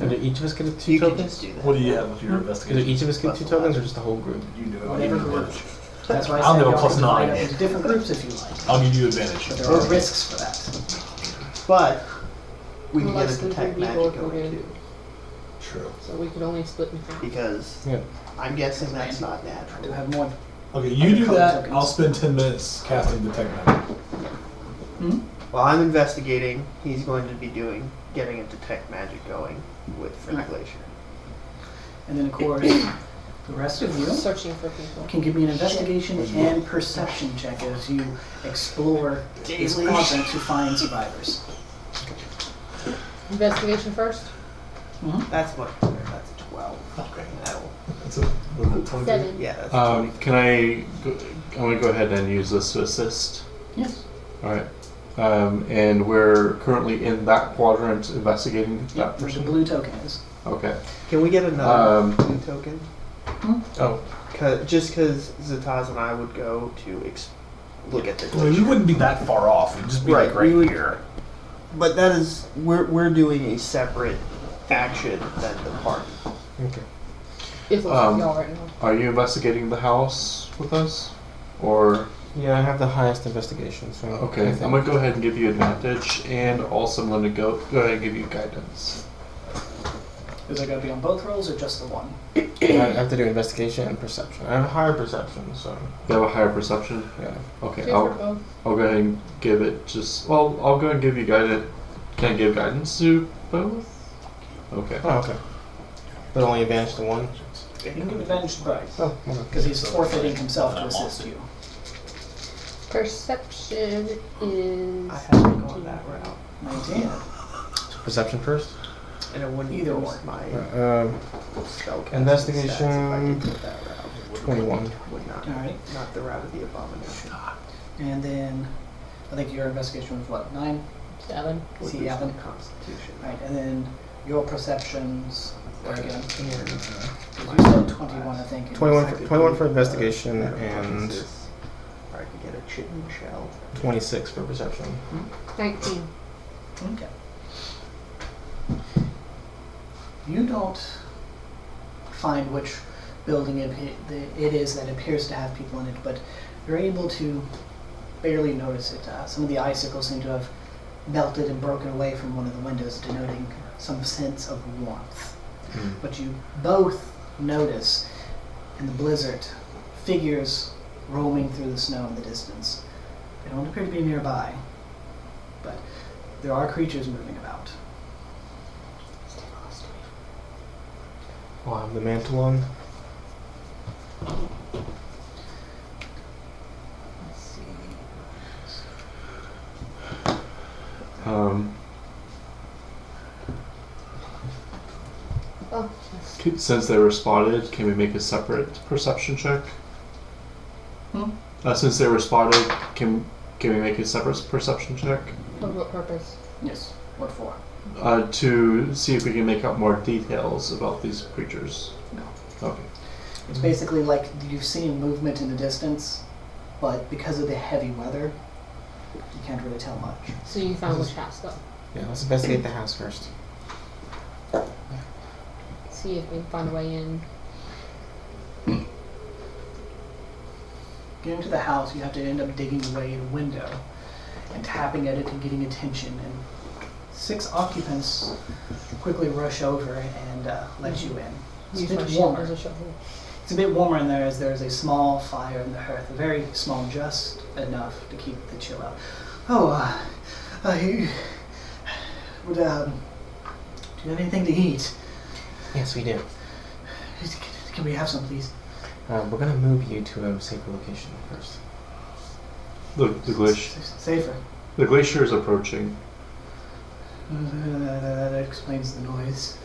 And do each of us get a two You can tokens? just do that. What do you have with Hmm? your Do investigation? each of us get two tokens or just the whole group? You do it. I'll give Whatever you group. advantage. That's why I I'll said do a y'all plus can divide nine. up into different groups if you like, I'll give you advantage. but there are risks for that. But we can Unless get a there's gonna detect be magic door for going good. too. True. So we could only split in half. Because Yeah. I'm guessing that's not Do natural. have more. Okay, you do color that. tokens. I'll spend 10 minutes casting Detect Magic. Well, I'm I'm investigating. He's going to be doing getting a detect magic going with for the Alright. glacier. And then, of course, the rest of you Searching for people. can give me an investigation and perception check as you explore this continent to find survivors. Investigation first. That's what. That's a twelve. Okay. That will- That's a, what is it, 23? Seven. Yeah. That's a Um, 20. can I? Go, I'm gonna go ahead and use this to assist. Yes. All right. Um, and we're currently in that quadrant investigating that Yep, where the person. blue token is. Okay. Can we get another um, blue token? Oh, Cause, just because Zataz and I would go to ex- look at the Well, you glacier. wouldn't be that far off. You'd just be like Right, we right would- here. But that is we're we're doing a separate action than the park. okay. It looks Um, like y'all right now. Are you investigating the house with us, or? Yeah, I have the highest investigation, so. Okay, I I'm think- gonna go ahead and give you advantage, and also I'm gonna go go ahead and give you guidance. Is it going to be on both rolls or just the one? I have to do investigation and perception. I have higher perception, so. You have a higher perception. Yeah. Okay, Two for I'll, both. I'll go ahead and give it just. Well, I'll go and give you guidance. Can I give guidance to both? Okay. Oh, okay. But only advantage to one. You can give advantage to Bryce Oh, hold on. because he's forfeiting himself to assist you. Perception is. I have to go on that route. Nineteen. Perception first. And it wouldn't Either use or. my Uh, um, spell Investigation. that route. 21. Would not. All right, Not the route of the abomination. and then I think your investigation was what nine. Seven. Would See, lose Evan. my Constitution. Right, and then your perceptions were again. And, uh, You said twenty-one, I think. and you 21 said- for- 21 for Uh, investigation and- hypothesis, Or I could get a chit and shell. 26 for perception. Nineteen. Okay. You don't find which building it, the- it is that appears to have people in it, but you're able to barely notice it. Uh, some of the icicles seem to have melted and broken away from one of the windows, denoting some sense of warmth. Hmm. But you both notice in the blizzard figures roaming through the snow in the distance. They don't appear to be nearby, but there are creatures moving about. I'll have the mantle on. Let's see. Um, Oh. could- since they were spotted, can we make a separate perception check? Hmm? Uh, since they were spotted, can can we make a separate perception check For what purpose? Yes. What for? uh, to see if we can make out more details about these creatures? No. Okay. It's basically like you've seen movement in the distance, but because of the heavy weather, you can't really tell much. So you found which house though. Yeah, let's investigate the house first. See if we can find a way in. Getting to the house, you have to end up digging away at a window and tapping at it and getting attention. And six occupants quickly rush over and uh, let you in. It's a Use my bit shovel warmer. as a shovel. It's a bit warmer in there as there is a small fire in the hearth, very small, just enough to keep the chill out. Oh, uh, uh, you- would, um, do you have anything to eat? Yes, we do. Can we have some, please? Uh, we're gonna move you to a safer location first. The the glacier S- Safer. the glacier is approaching. Uh, That explains the noise.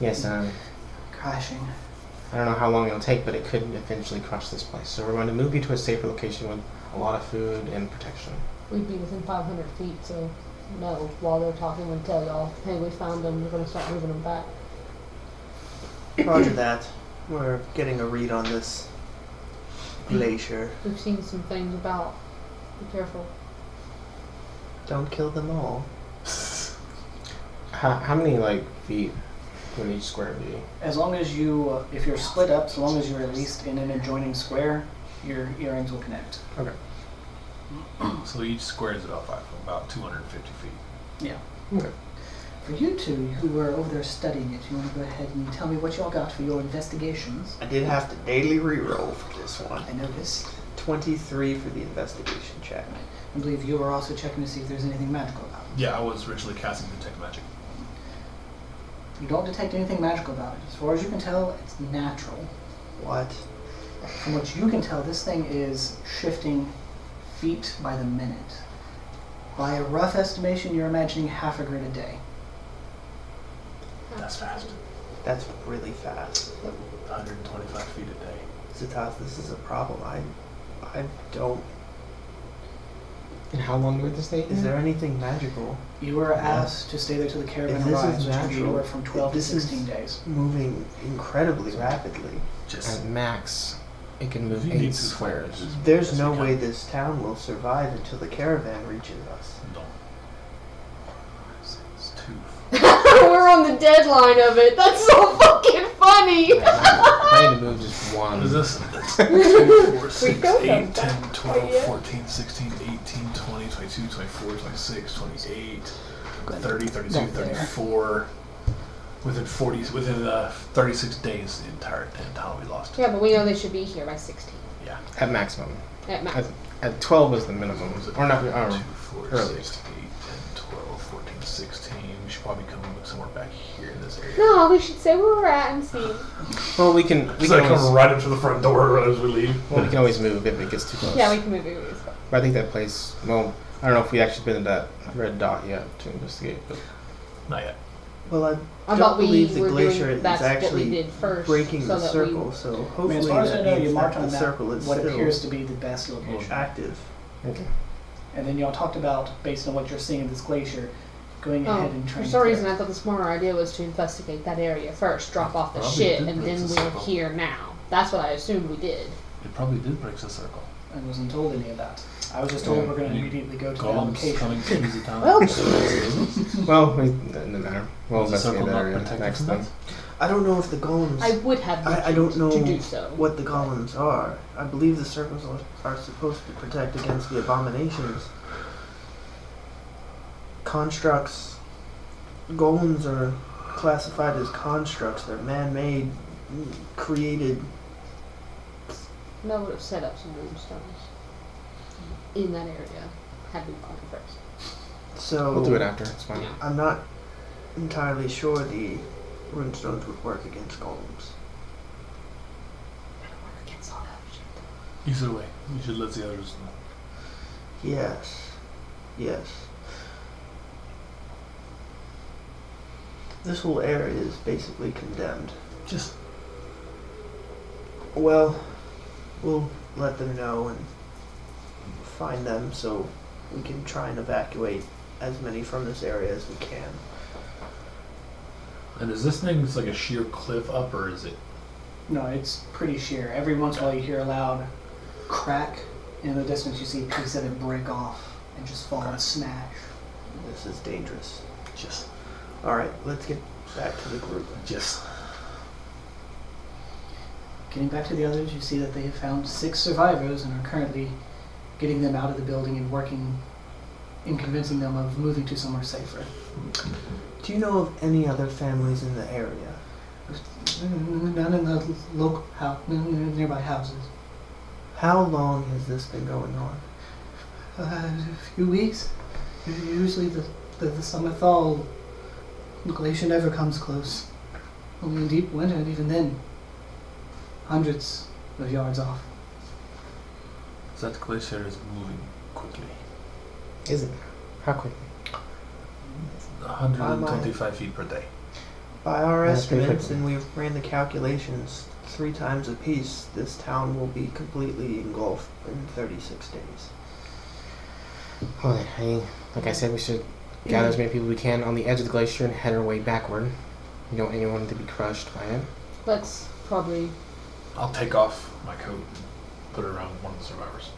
Yes, um, Crashing. I don't know how long it'll take, but it could eventually crush this place. So we're going to move you to a safer location with a lot of food and protection. We'd be within 500 feet, so no. While they're talking, we'd tell y'all, hey, we found them. We're gonna start moving them back. Roger that. We're getting a read on this glacier. We've seen some things about. Be careful. Don't kill them all. How, how many like feet would each square be? As long as you, uh, if you're split up, so long as you're at least in an adjoining square, your earrings will connect. So each square is about five, about 250 feet. For you two who were over there studying it, you want to go ahead and tell me what y'all got for your investigations? I did have to daily reroll for this one. I noticed. 23 for the investigation check. I believe you were also checking to see if there's anything magical about Yeah, I was originally casting detect magic. it. You don't detect anything magical about it. As far as you can tell, it's natural. What? From what you can tell, this thing is shifting feet by the minute. By a rough estimation, you're imagining half a grid a day. That's fast. That's really fast. 125 feet a day. Zatas, this is a problem. I, I don't. And how long would this take? Is there anything magical You were asked to stay there till the caravan If this is arrives, which could be natural, anywhere from 12 to this is- 16 days. moving incredibly rapidly? Just At max, it can move You eight need to squares. find There's Yes, no we way can. this town will survive until the caravan reaches us. No. It's two. We're on the deadline of it. That's so fucking funny. I need to move just one. What is this? 2, 4, 6, go 8, down 10, that 12, way, yeah. 14, 16, 18, 20, 22, 24, 26, 28, 30, 32, 34. Within 40, within uh, 36 days, the entire town we lost. Yeah, but we know they should be here by 16 Yeah. At maximum. at max. At, at 12 is the minimum. Was it Or not, uh, two, or four, earliest. six, eight, 10, 12, 14, 16. We should probably come up with somewhere back here in this area. No, we should say where we're at and see. Well, we can we So I can come always, right up to the front door as we leave. well, we can always move if it gets too close. Yeah, we can move it. we- But I think that place. Well, I don't know if we actually been to that red dot yet to investigate. But Not yet. Well, I I Don't thought we believe the were glacier doing, is that's what we actually did first. breaking so the that circle, We, so I mean, hopefully as far as I that know, you means marked that on the circle that is what still appears to be the best location. active. okay. And then y'all talked about, based on what you're seeing of this glacier, going oh, ahead and for trying some to reason, I thought the smarter idea was to investigate that area first, drop off the Probably shit, did and break then the we're circle. here now. That's what I assumed we did. It probably did break the circle. I wasn't told any of that. I was just told we're going to You- immediately go to that Golems location. coming to the town. Well, Well, we, no matter. We'll Was the investigate circle that not area protected next from time. I don't know if the golems. I would have. I- I don't mentioned to know do so. what the golems are. I believe the circles are, are supposed to protect against the abominations. Constructs. Golems are classified as constructs. They're man made, created. That would have set up some moonstones in that area had we gone first. So. We'll do it after. It's fine. I'm not entirely sure the runestones would work against golems. That'll work against all that shit. Either way, you should let the others know. Yes. Yes. This whole area is basically condemned. Just Well, we'll let them know and find them so we can try and evacuate as many from this area as we can. and is this thing just like a sheer cliff up, or is it? No, it's pretty sheer. Every once in a while you hear a loud crack, and in the distance you see a piece of it break off and just fall and smash. This is dangerous. Just, Alright, let's get back to the group. just. Getting back to the others, you see that they have found six survivors and are currently getting them out of the building and working in convincing them of moving to somewhere safer. Do you know of any other families in the area? None in the local house, nearby houses. How long has this been going on? Uh, a few weeks. Usually the, the, the summer thaw, the glacier never comes close. Only in deep winter, and even then, hundreds of yards off. That glacier is moving quickly. Is it? How quickly? 125 feet per day. By our Yeah, it's pretty estimates, quickly. and we ran the calculations three times apiece, this town will be completely engulfed in 36 days. Well, I mean, like I said, we should gather as many people we can on the edge of the glacier and head our way backward. We don't want anyone to be crushed by it. Let's probably. I'll take off my coat and put it around one of the survivors.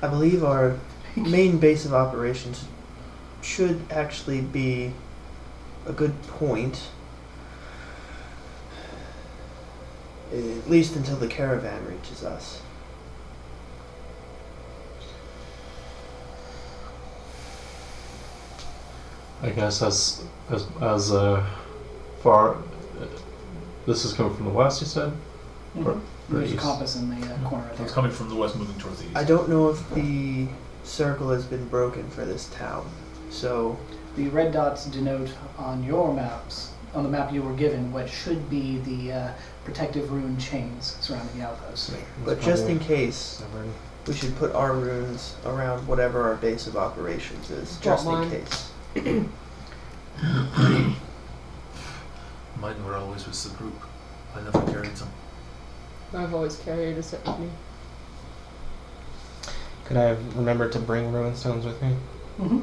I believe our main base of operations should actually be a good point, at least until the caravan reaches us. I guess as as as uh, far. uh, This is coming from the west, you said. Or- Hmm. There's a east. compass in the uh, corner It's there. coming from the west, moving towards the east. I don't know if the circle has been broken for this town, so The red dots denote on your maps, on the map you were given, what should be the uh, protective rune chains surrounding the outpost. But just in case, Stubborn. we should put our runes around whatever our base of operations is, just in mine. case. Mine were always with the group. I never carried them. I've always carried a set with me. Could I have remembered to bring ruin stones with me? Mm-hmm.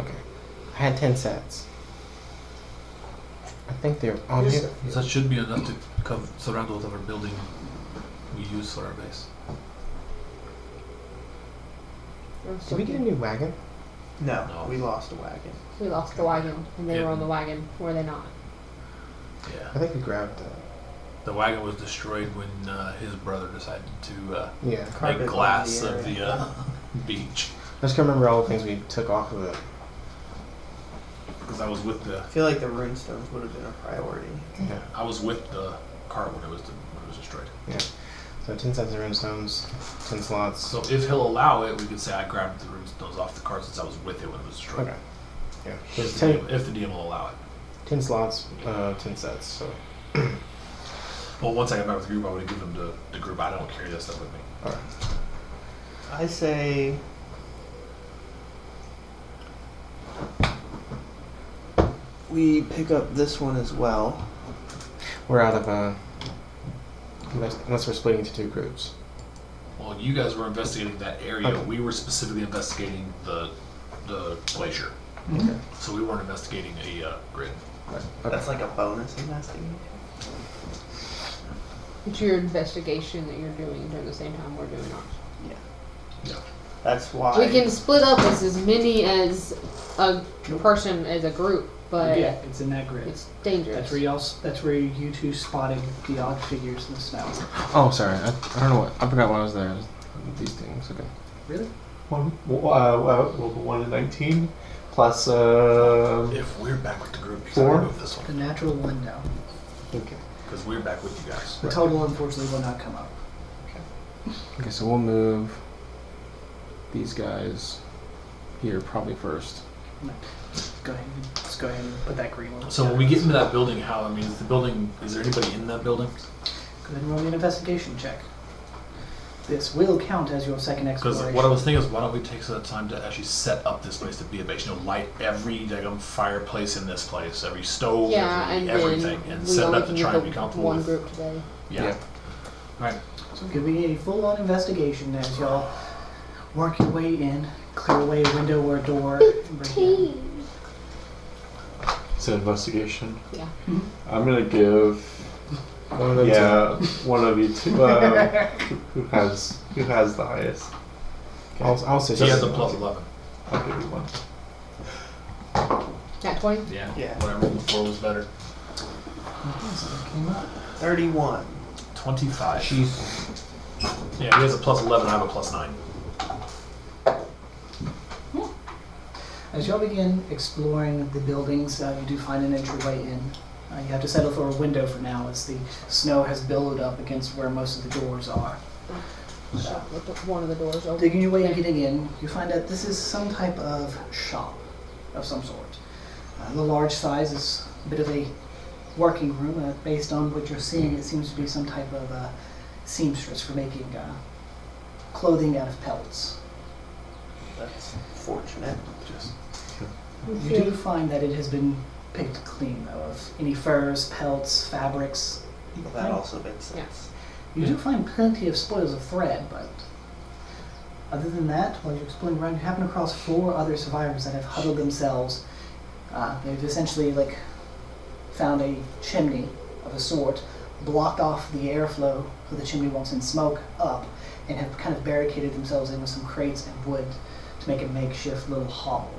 Okay. I had ten sets. I think they're on Yes, here. That should be enough to cover, surround whatever building we use for our base. Or Did we get a something. new wagon? No, No. we lost a wagon. We lost the wagon, and they Yeah. were on the wagon. Were they not? I Yeah. think we grabbed that. The wagon was destroyed when uh, his brother decided to uh, Yeah. make Carpet glass on the of area. the uh, beach. I just can't remember all the things we took off of it. Because I was with the I feel like the runestones would have been a priority. Yeah. I was with the cart when it was when it was destroyed. So ten sets of rune stones, ten slots. So if he'll allow it, we could say I grabbed the runes those off the cart since I was with it when it was destroyed. okay. Yeah. If There's the, ten. DM, if the DM will allow it. Ten slots, uh, ten sets. So Well, once I got back with the group, I would have given them to the group. I don't carry that stuff with me. I say. We pick up this one as well. we're out of uh, unless, unless we're splitting into two groups. Well, you guys were investigating that area. Okay. We were specifically investigating the the glacier. Okay. So we weren't investigating a uh, grid. Right. That's like a bonus investigation. It's your investigation that you're doing during the same time we're doing ours. That's why. We can split up as, as many as a person as a group, but yeah, it's in that grid. it's dangerous. That's where y'all. s- That's where you two spotted the odd figures in the snow. Oh, sorry. I, I don't know what I forgot why I was there. These things. Okay. One, uh, uh, one in 19 plus. Uh, If we're back with the group, you Four. can remove this The one natural one, no. Okay. because we're back with you guys. The total, unfortunately, will not come up. Okay. So we'll move these guys here probably first. Go ahead. and- Let's go ahead and put that green one. So when we get into that building, how I mean, is the building? Is there anybody in that building? Go ahead and roll me an investigation check. This will count as your second Because exploration. what I was thinking is, why don't we take some time to actually set up this place to be a base? You know, light every daggum fireplace in this place, every stove, yeah, every, and everything, then and we set it only up to can try get and be the comfortable one with. group today. Yeah. Yeah. Right. So give me a full-on investigation as y'all work your way in, clear away a window or a door. and break in. it's an investigation. Yeah. I'm going to give. One of Yeah, one of you two. Uh, who has who has the highest? I'll, I'll say. So he has a plus eleven. I'll give you one. Nat 20? Yeah. Yeah. Whatever before was better. Oh, Came up. 31. Twenty-five. Yeah, he has a plus eleven. I have a plus nine. As y'all begin exploring the buildings, uh, you do find an entryway in. Uh, you have to settle for a window for now, as the snow has billowed up against where most of the doors are. Shut with the- one of the doors open. Digging your way and getting in, you find out this is some type of shop of some sort. Uh, the large size is a bit of a working room. Uh, based on what you're seeing, it seems to be some type of uh, seamstress for making uh, clothing out of pelts. That's fortunate. Just You do find that it has been picked clean, though, of any furs, pelts, fabrics. You Well, that find- also makes sense. You do find plenty of spoils of thread, but other than that, while you're exploring around, you happen across four other survivors that have huddled themselves. Uh, they've essentially like found a chimney of a sort, blocked off the airflow so the chimney won't send smoke up, and have kind of barricaded themselves in with some crates and wood to make a makeshift little hovel.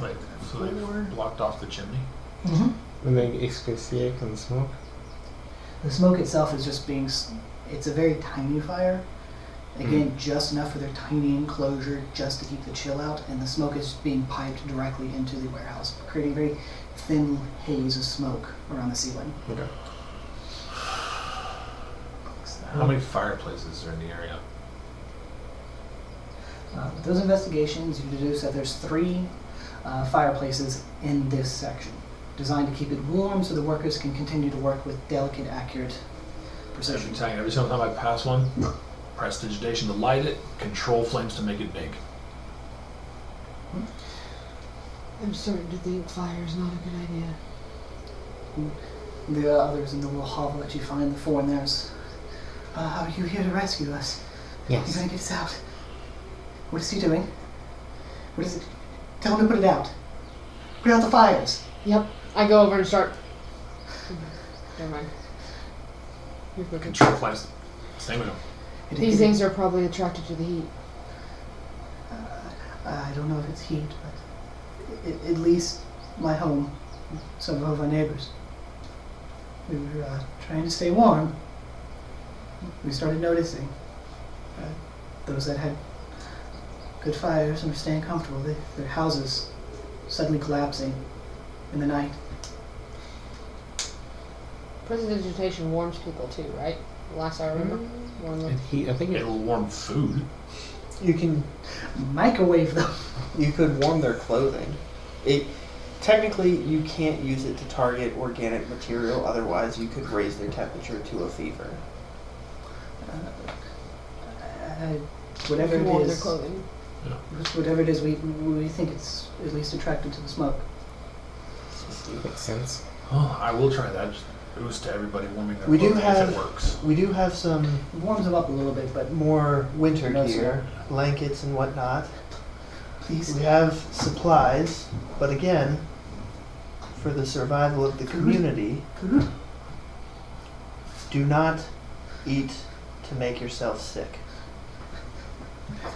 like so they blocked off the chimney. And then asphyxiate and smoke. The smoke itself is just being, s- it's a very tiny fire. Again, just enough for their tiny enclosure just to keep the chill out, and the smoke is being piped directly into the warehouse, creating a very thin haze of smoke around the ceiling. Okay. How many fireplaces are in the area? Uh, with those investigations, you deduce that there's three uh, fireplaces in this section, designed to keep it warm so the workers can continue to work with delicate, accurate Every precision. time, every single time I pass one, prestidigitation to light it, control flames to make it big. I'm starting to think fire is not a good idea. The others in the little hovel that you find, the four in there, is, uh, are you here to rescue us? You're gonna get us out. What is he doing? What is it? Tell him to put it out. Put out the fires. Yep. I go over and start. Never mind. You're good. Control flames. Stay with him. It- These it- things are probably attracted to the heat. I don't know if it's heat, but i- i- at least my home, some of our neighbors. We were uh, trying to stay warm. We started noticing uh, those that had good fires and were staying comfortable, they, their houses suddenly collapsing in the night. Prestidigitation warms people too, right? Last I remember. Warm them. And heat. I think it. It'll warm food. You can Microwave them. you could warm their clothing. It technically you can't use it to target organic material. Otherwise, you could raise their temperature to a fever. Uh, whatever If you it want their is, clothing. just whatever it is, we we think it's at least attracted to the smoke. Makes sense. Oh, I will try that. Just boost to everybody warming their We do clothing if have- it works. We do have some It warms them up a little bit, but more winter No, sir. gear, blankets and whatnot. please, We have supplies, but again, for the survival of the community, do not eat to make yourself sick.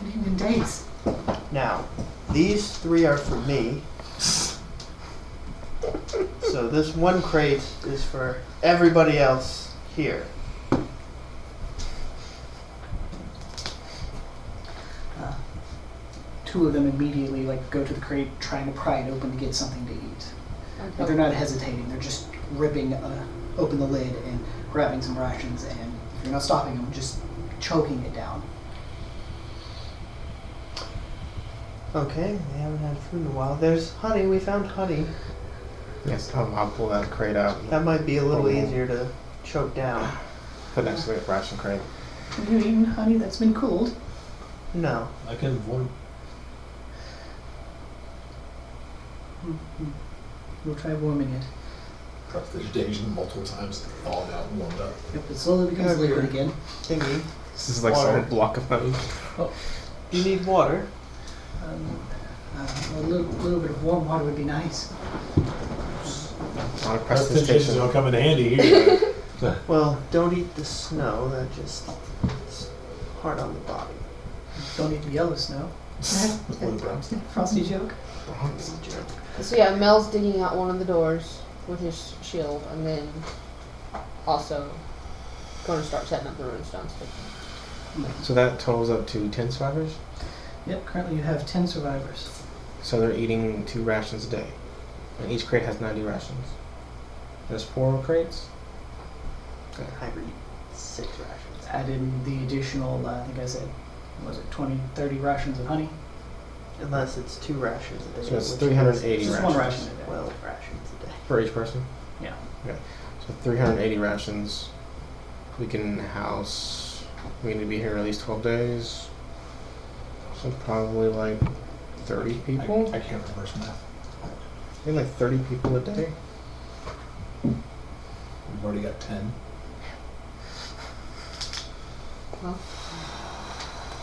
even days. Now, these three are for me. So this one crate is for everybody else here. Two of them immediately like go to the crate, trying to pry it open to get something to eat. I'd But they're not hesitating. They're just ripping uh, open the lid and grabbing some rations, and if you're not stopping them, just choking it down. Okay, we haven't had food in a while. There's honey. We found honey. Yes, I'll, I'll pull that crate out. and That might be a little Oh. easier to choke down. Put it next to the ration crate. Have you eaten honey that's been cooled? No. I can warm. Mm-hmm. We'll try warming it. Prep vegetation multiple times, thawed out and warmed up. Yep, it slowly becomes Yeah, liquid sure. again. Thingy. This is like Water. solid block of honey. You need water. Um, uh, a little, little bit of warm water would be nice. On a Prestidigitation station. will come in handy here. Well, don't eat the snow. That just it's hard on the body. Don't need to yellow snow. Before the brown stuff. Frosty joke. So yeah, Mel's digging out one of the doors with his shield, and then also going to start setting up the runestones. So that totals up to 10 survivors. Yep, currently you have 10 survivors. So they're eating two rations a day. And each crate has 90 rations. There's four crates. I read six rations. Add in the additional, uh, I think I said, what was it 20, 30 rations of honey? Unless it's two rations a day. So it's which 380 is Just rations. one ration a day. Twelve rations a day. For each person? Yeah. Okay. So 380 rations. We can house. We need to be here at least 12 days. So probably like 30 people. I, I can't reverse math. Maybe like 30 people a day. We've already got 10.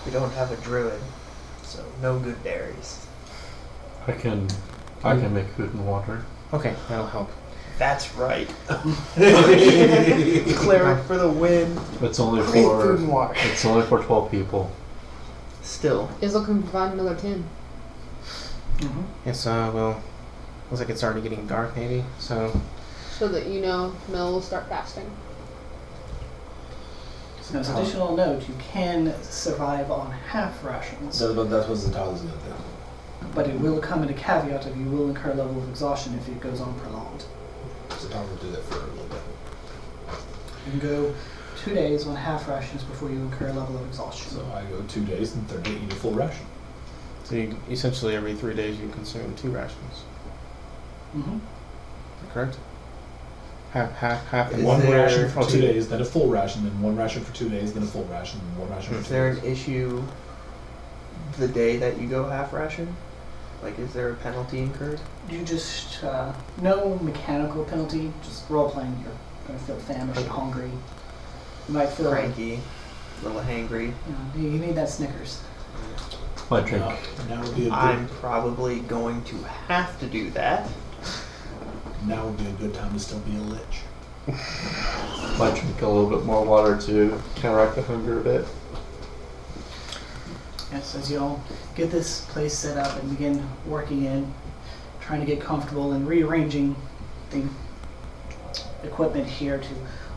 We don't have a druid, so no good berries. I can, I can make food and water. Okay, that'll help. That's right. Cleric for the win. It's only Great food and for, water. it's only for twelve people. Still, Is looking to provide another ten. Mm-hmm. Yes, uh, well, looks like it's already getting dark, maybe. So, So that you know, Mel will start fasting. So as an additional note, you can survive on half rations, So that's what the towel's gonna do. but it will come at a caveat of you will incur a level of exhaustion if it goes on prolonged. So Tom will do that for a little bit. You can go two days on half rations before you incur a level of exhaustion. So I go two days and third day eat a full ration. so you, essentially every three days you consume two rations. Mm-hmm. Is that correct? Half, half, half. Is and one there- ration for two two- days, then a full ration, then one ration for two days, then a full ration, then one ration for is two there days. an issue the day that you go half ration? Like, is there a penalty incurred? You just, uh, no mechanical penalty, just role playing. You're going to feel famished, hungry. You might feel like, Cranky, a little hangry. you, know, you you need that Snickers. My drink. Now, now would be a good, I'm probably going to have to do that. now would be a good time to still be a lich. Might drink a little bit more water to counteract the hunger a bit. Yes, as you all get this place set up and begin working in, trying to get comfortable and rearranging the equipment here to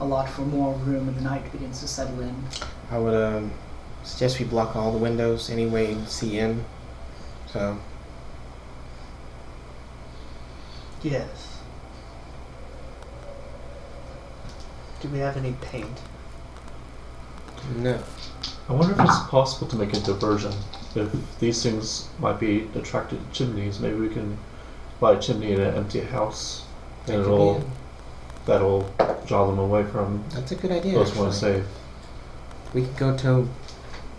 allot for more room and the night begins to settle in. I would um, suggest we block all the windows any way see in. So, Yes. Do we have any paint? no. I wonder if it's possible to make a diversion. If these things might be attracted to chimneys, maybe we can by a chimney in an empty house, and That could it'll be- that'll draw them away from That's a good idea. those ones actually. safe. We could go to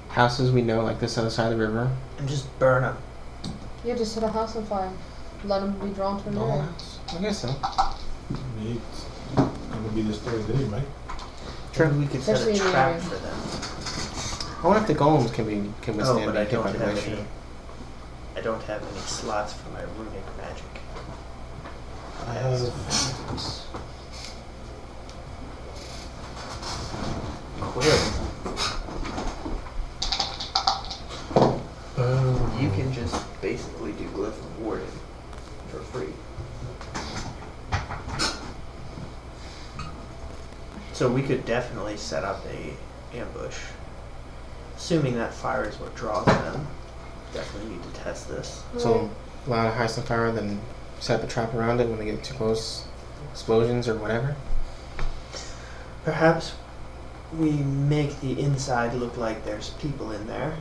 houses we know, like this other side of the river. And just burn them. Yeah, just set a house on fire. Let them be drawn to the No river. house. I guess so. It's gonna be this buried anyway. Sure. We could set Especially a in the trap area. for them. I wonder if the golems can be can Oh, withstand but I being hit don't by have glacier. any. I don't have any slots for my runic magic. I have Quill, uh, you can just basically do glyph of warding for free. So we could definitely set up a ambush, assuming that fire is what draws them. Definitely need to test this. So allow to heist the fire, then set up a trap around it when they get too close. Explosions or whatever. Perhaps we make the inside look like there's people in there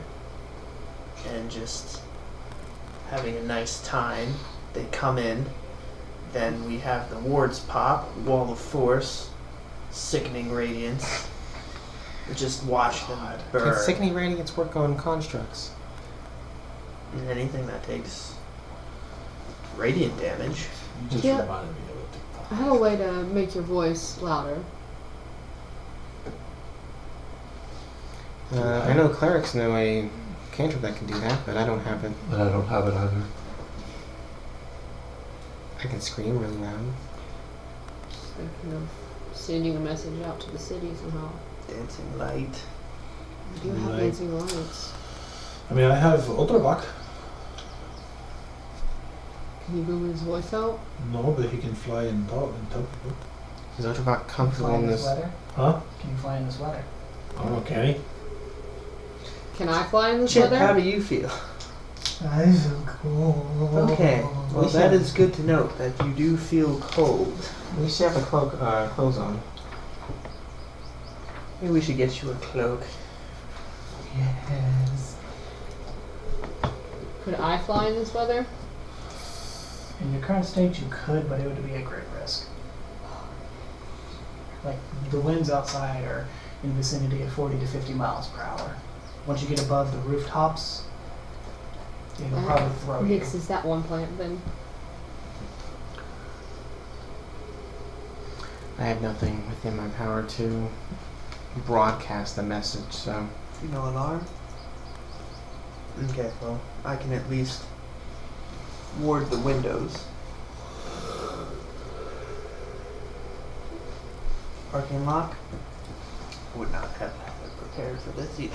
and just having a nice time. They come in, then we have the wards pop, wall of force, sickening radiance. We Just watch them burn. Can sickening radiance work on constructs? And anything that takes radiant damage. You just Yeah. Oh. reminded me of it. I have a way to make your voice louder. Uh, I know clerics know a cantrip that can do that, but I don't have it. And I don't have it either. I can scream really loud. Just Thinking of sending a message out to the city somehow. Dancing light. I do have Right. dancing lights. I mean, I have Ultravox. Can you boom his voice out? No, but he can fly and talk and tell people. Is Ultravok Fly comfortable in in this this? weather? Huh? Can you fly in this weather? Oh, can he? Can I fly in this Chip, weather? how do you feel? I feel cold. Okay. Well, that is good to note that you do feel cold. We should have a cloak, uh, clothes on. Maybe we should get you a cloak. Yes. Could I fly in this weather? In your current state, you could, but it would be a great risk. Like the winds outside are in the vicinity of 40 to 50 miles per hour. Once you get above the rooftops, it'll probably Oh, throw you. Nix is that one plant then. I have nothing within my power to broadcast the message, so You know, alarm? Okay, well, I can at least ward the windows. Parking lock? Would not have been prepared for this either.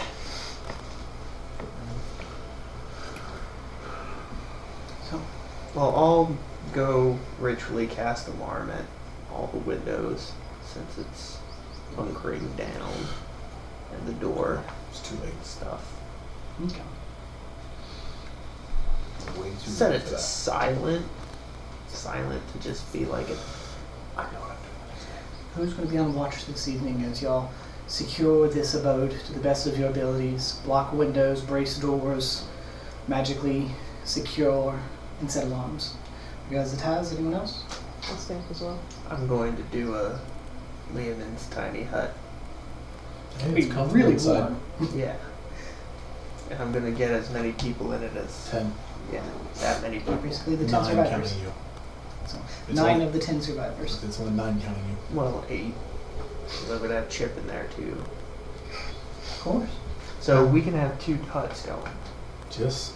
So, well, I'll go ritually cast alarm at all the windows since it's bunkering down and the door It's too late. stuff. Okay. It's way too Set late it for to that. silent. Silent to just be like it. I know what I'm doing. Who's going to be on watch this evening as y'all secure this abode to the best of your abilities? Block windows, brace doors, magically secure, and set alarms. You guys, the Taz, anyone else? I'll stay up as well. I'm going to do a Leonin's tiny hut. Hey, Be it's comfortable really inside. warm. Yeah. And I'm gonna get as many people in it as Ten. yeah, that many people. Basically, the 10 Nine survivors. counting you. So, It's nine all- of the 10 survivors. It's only nine counting you. Well, eight. 'Cause I'm gonna have Chip in there too. Of course. So we can have two huts going. Just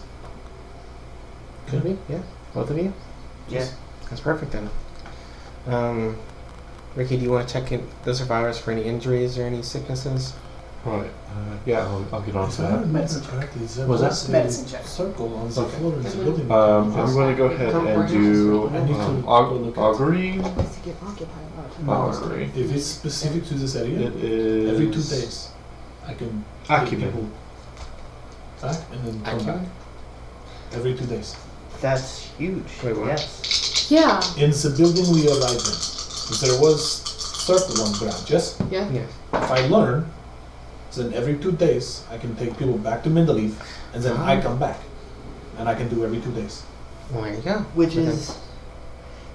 could we? Yeah, both of you. Yeah. That's perfect then. Um, Ricky, do you want to check in the survivors for any injuries or any sicknesses? Right. Uh, yeah, I'll, I'll get on to if I that. remember correctly, there Was that- a Medicine check. Circle on the Okay. floor in the building. Um, I'm going to go ahead Don't and worry, do I need to um, go aug- look at- augury. Needs to get occupied a lot of time. Augury. If it's specific to this It area, is every two days, I can take Acumen. people back and then come Acumen? back. Every two days. That's huge. Wait, what? Yes. Yeah. In the building we arrived in, if there was circle on ground, yes? Yeah. Yeah. If I learn, then every two days, I can take people back to Mindeleaf, and then I come back. And I can do every two days. Well, there you go. Which Okay. is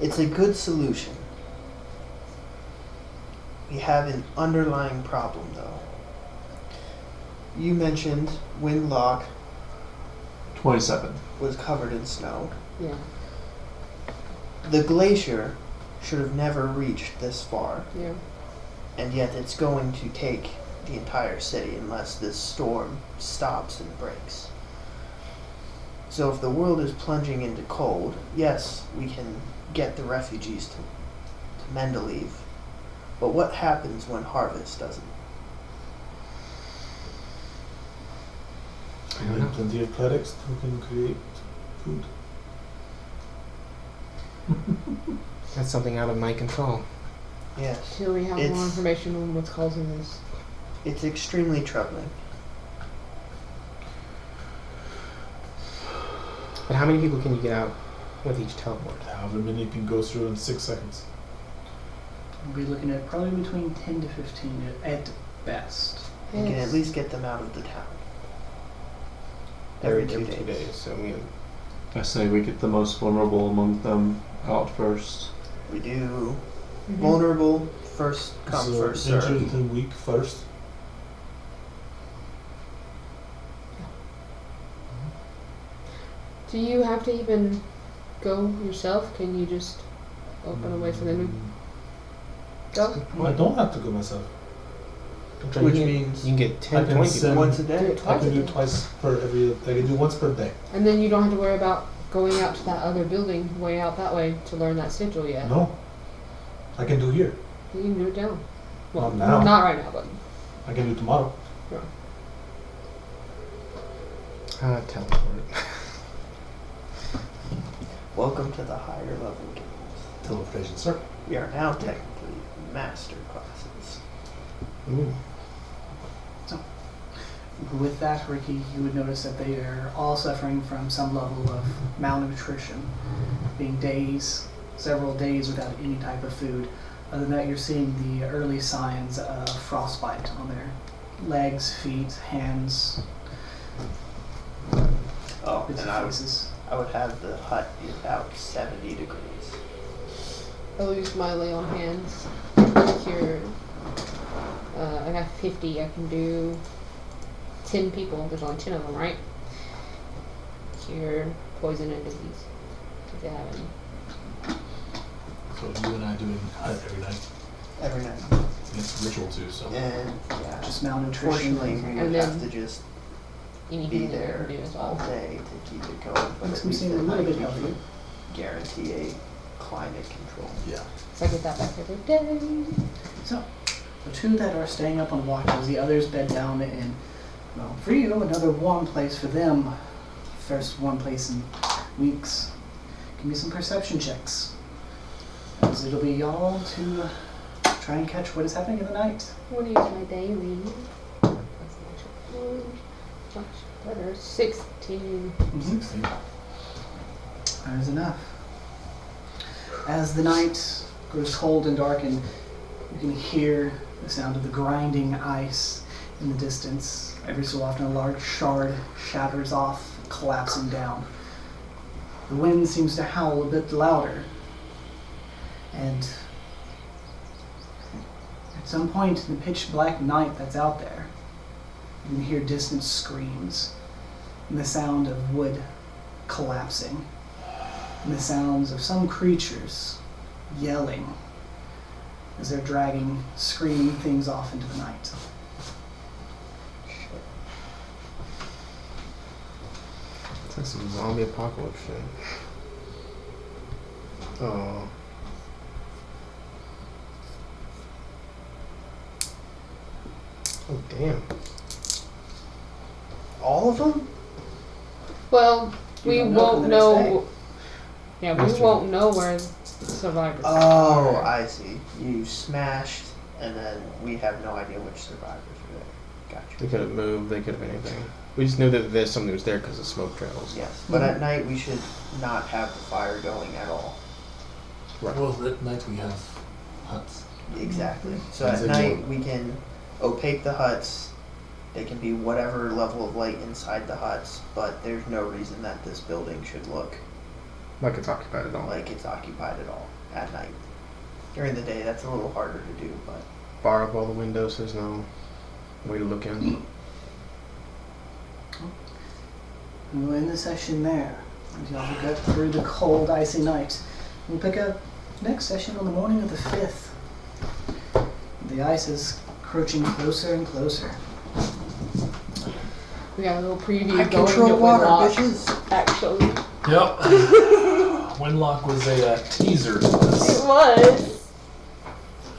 It's a good solution. We have an underlying problem, though. You mentioned Windlock 27. was covered in snow. Yeah. The glacier should have never reached this far, Yeah. and yet it's going to take the entire city unless this storm stops and breaks. So if the world is plunging into cold, yes, we can get the refugees to, to Mendeleev. But what happens when harvest doesn't? I have plenty of products who can create food. Mm-hmm. That's something out of my control. Yes. Till we have more It's- information on what's causing this. It's extremely troubling. But how many people can you get out with each teleport? However many can go through in six seconds. We'll be looking at probably between 10 to 15 at, at best. You can at Yes. least get them out of the town. Every two days. So we I say we get the most vulnerable among them out first. We do Mm-hmm. vulnerable first come so first injured serve. the weak first. Do you have to even go yourself? Can you just open a way for them Mm. to go? Well, I don't have to go myself. I'm trying Which to- you means can get I 10, can 20 send- people. once a Do day. it I twice a can do day. it twice per every. I can do once per day. And then you don't have to worry about going out to that other building way out that way to learn that sigil yet. No, I can do here. You can do it down. Well, Not now. not right now, but I can do tomorrow. Ah, teleport. Welcome to the higher level games. Teleportation, sir. We are now technically master classes. Ooh. With that, Ricky, you would notice that they are all suffering from some level of malnutrition, being days, several days without any type of food. Other than that, you're seeing the early signs of frostbite on their legs, feet, hands, Oh, bits and of I would, faces. I would have the hut be about 70 degrees. I'll use my lay on hands cure. Uh, I got 50. I can do 10 people. There's only 10 of them, right? Cure poison and disease. If they have any. So you and I doing hut every night. Every night. It's ritual too, so. And yeah, just malnutrition. fortunately, we And would have then- to just be Anything that they there can do as all well. day to keep it going. But Makes at me least seem a at little night bit you healthy. can guarantee a climate control. Yeah. So I get that back every day. So, the two that are staying up on watches, the others bed down in, well, for you, another warm place for them. First warm place in weeks. Give me some perception checks. As it'll be y'all to try and catch what is happening in the night. What do you use my daily? That's much- much better. 16. Mm-hmm. Mm-hmm. That is enough. As the night grows cold and darkened, you can hear the sound of the grinding ice in the distance. Every so often, a large shard shatters off, collapsing down. The wind seems to howl a bit louder. And at some point in the pitch black night that's out there, you can hear distant screams and the sound of wood collapsing and the sounds of some creatures yelling as they're dragging screaming things off into the night. It's like some zombie apocalypse shit. Oh. Oh, damn. All of them? Well, You we don't know won't till the next know. Yeah, we That's true. won't know where survivors Oh, are. I see. You smashed, and then we have no idea which survivors were there. They Gotcha. could have moved, they could have anything. We just knew that there's something that was there because of smoke trails. Yes, but at night we should not have the fire going at all. Well, at night we have huts. Exactly. So As at a night we can opaque the huts. They can be whatever level of light inside the huts, but there's no reason that this building should look Like it's occupied at all. like it's occupied at all at night. During the day, that's a little harder to do, but bar up all the windows. There's no way to look in. We'll end the session there. As y'all go through the cold, icy night. We'll pick up next session on the morning of the 5th. The ice is crouching closer and closer. We got a little preview going to Whitlock, actually. Yep. Winlock was a uh, teaser. to this. It was.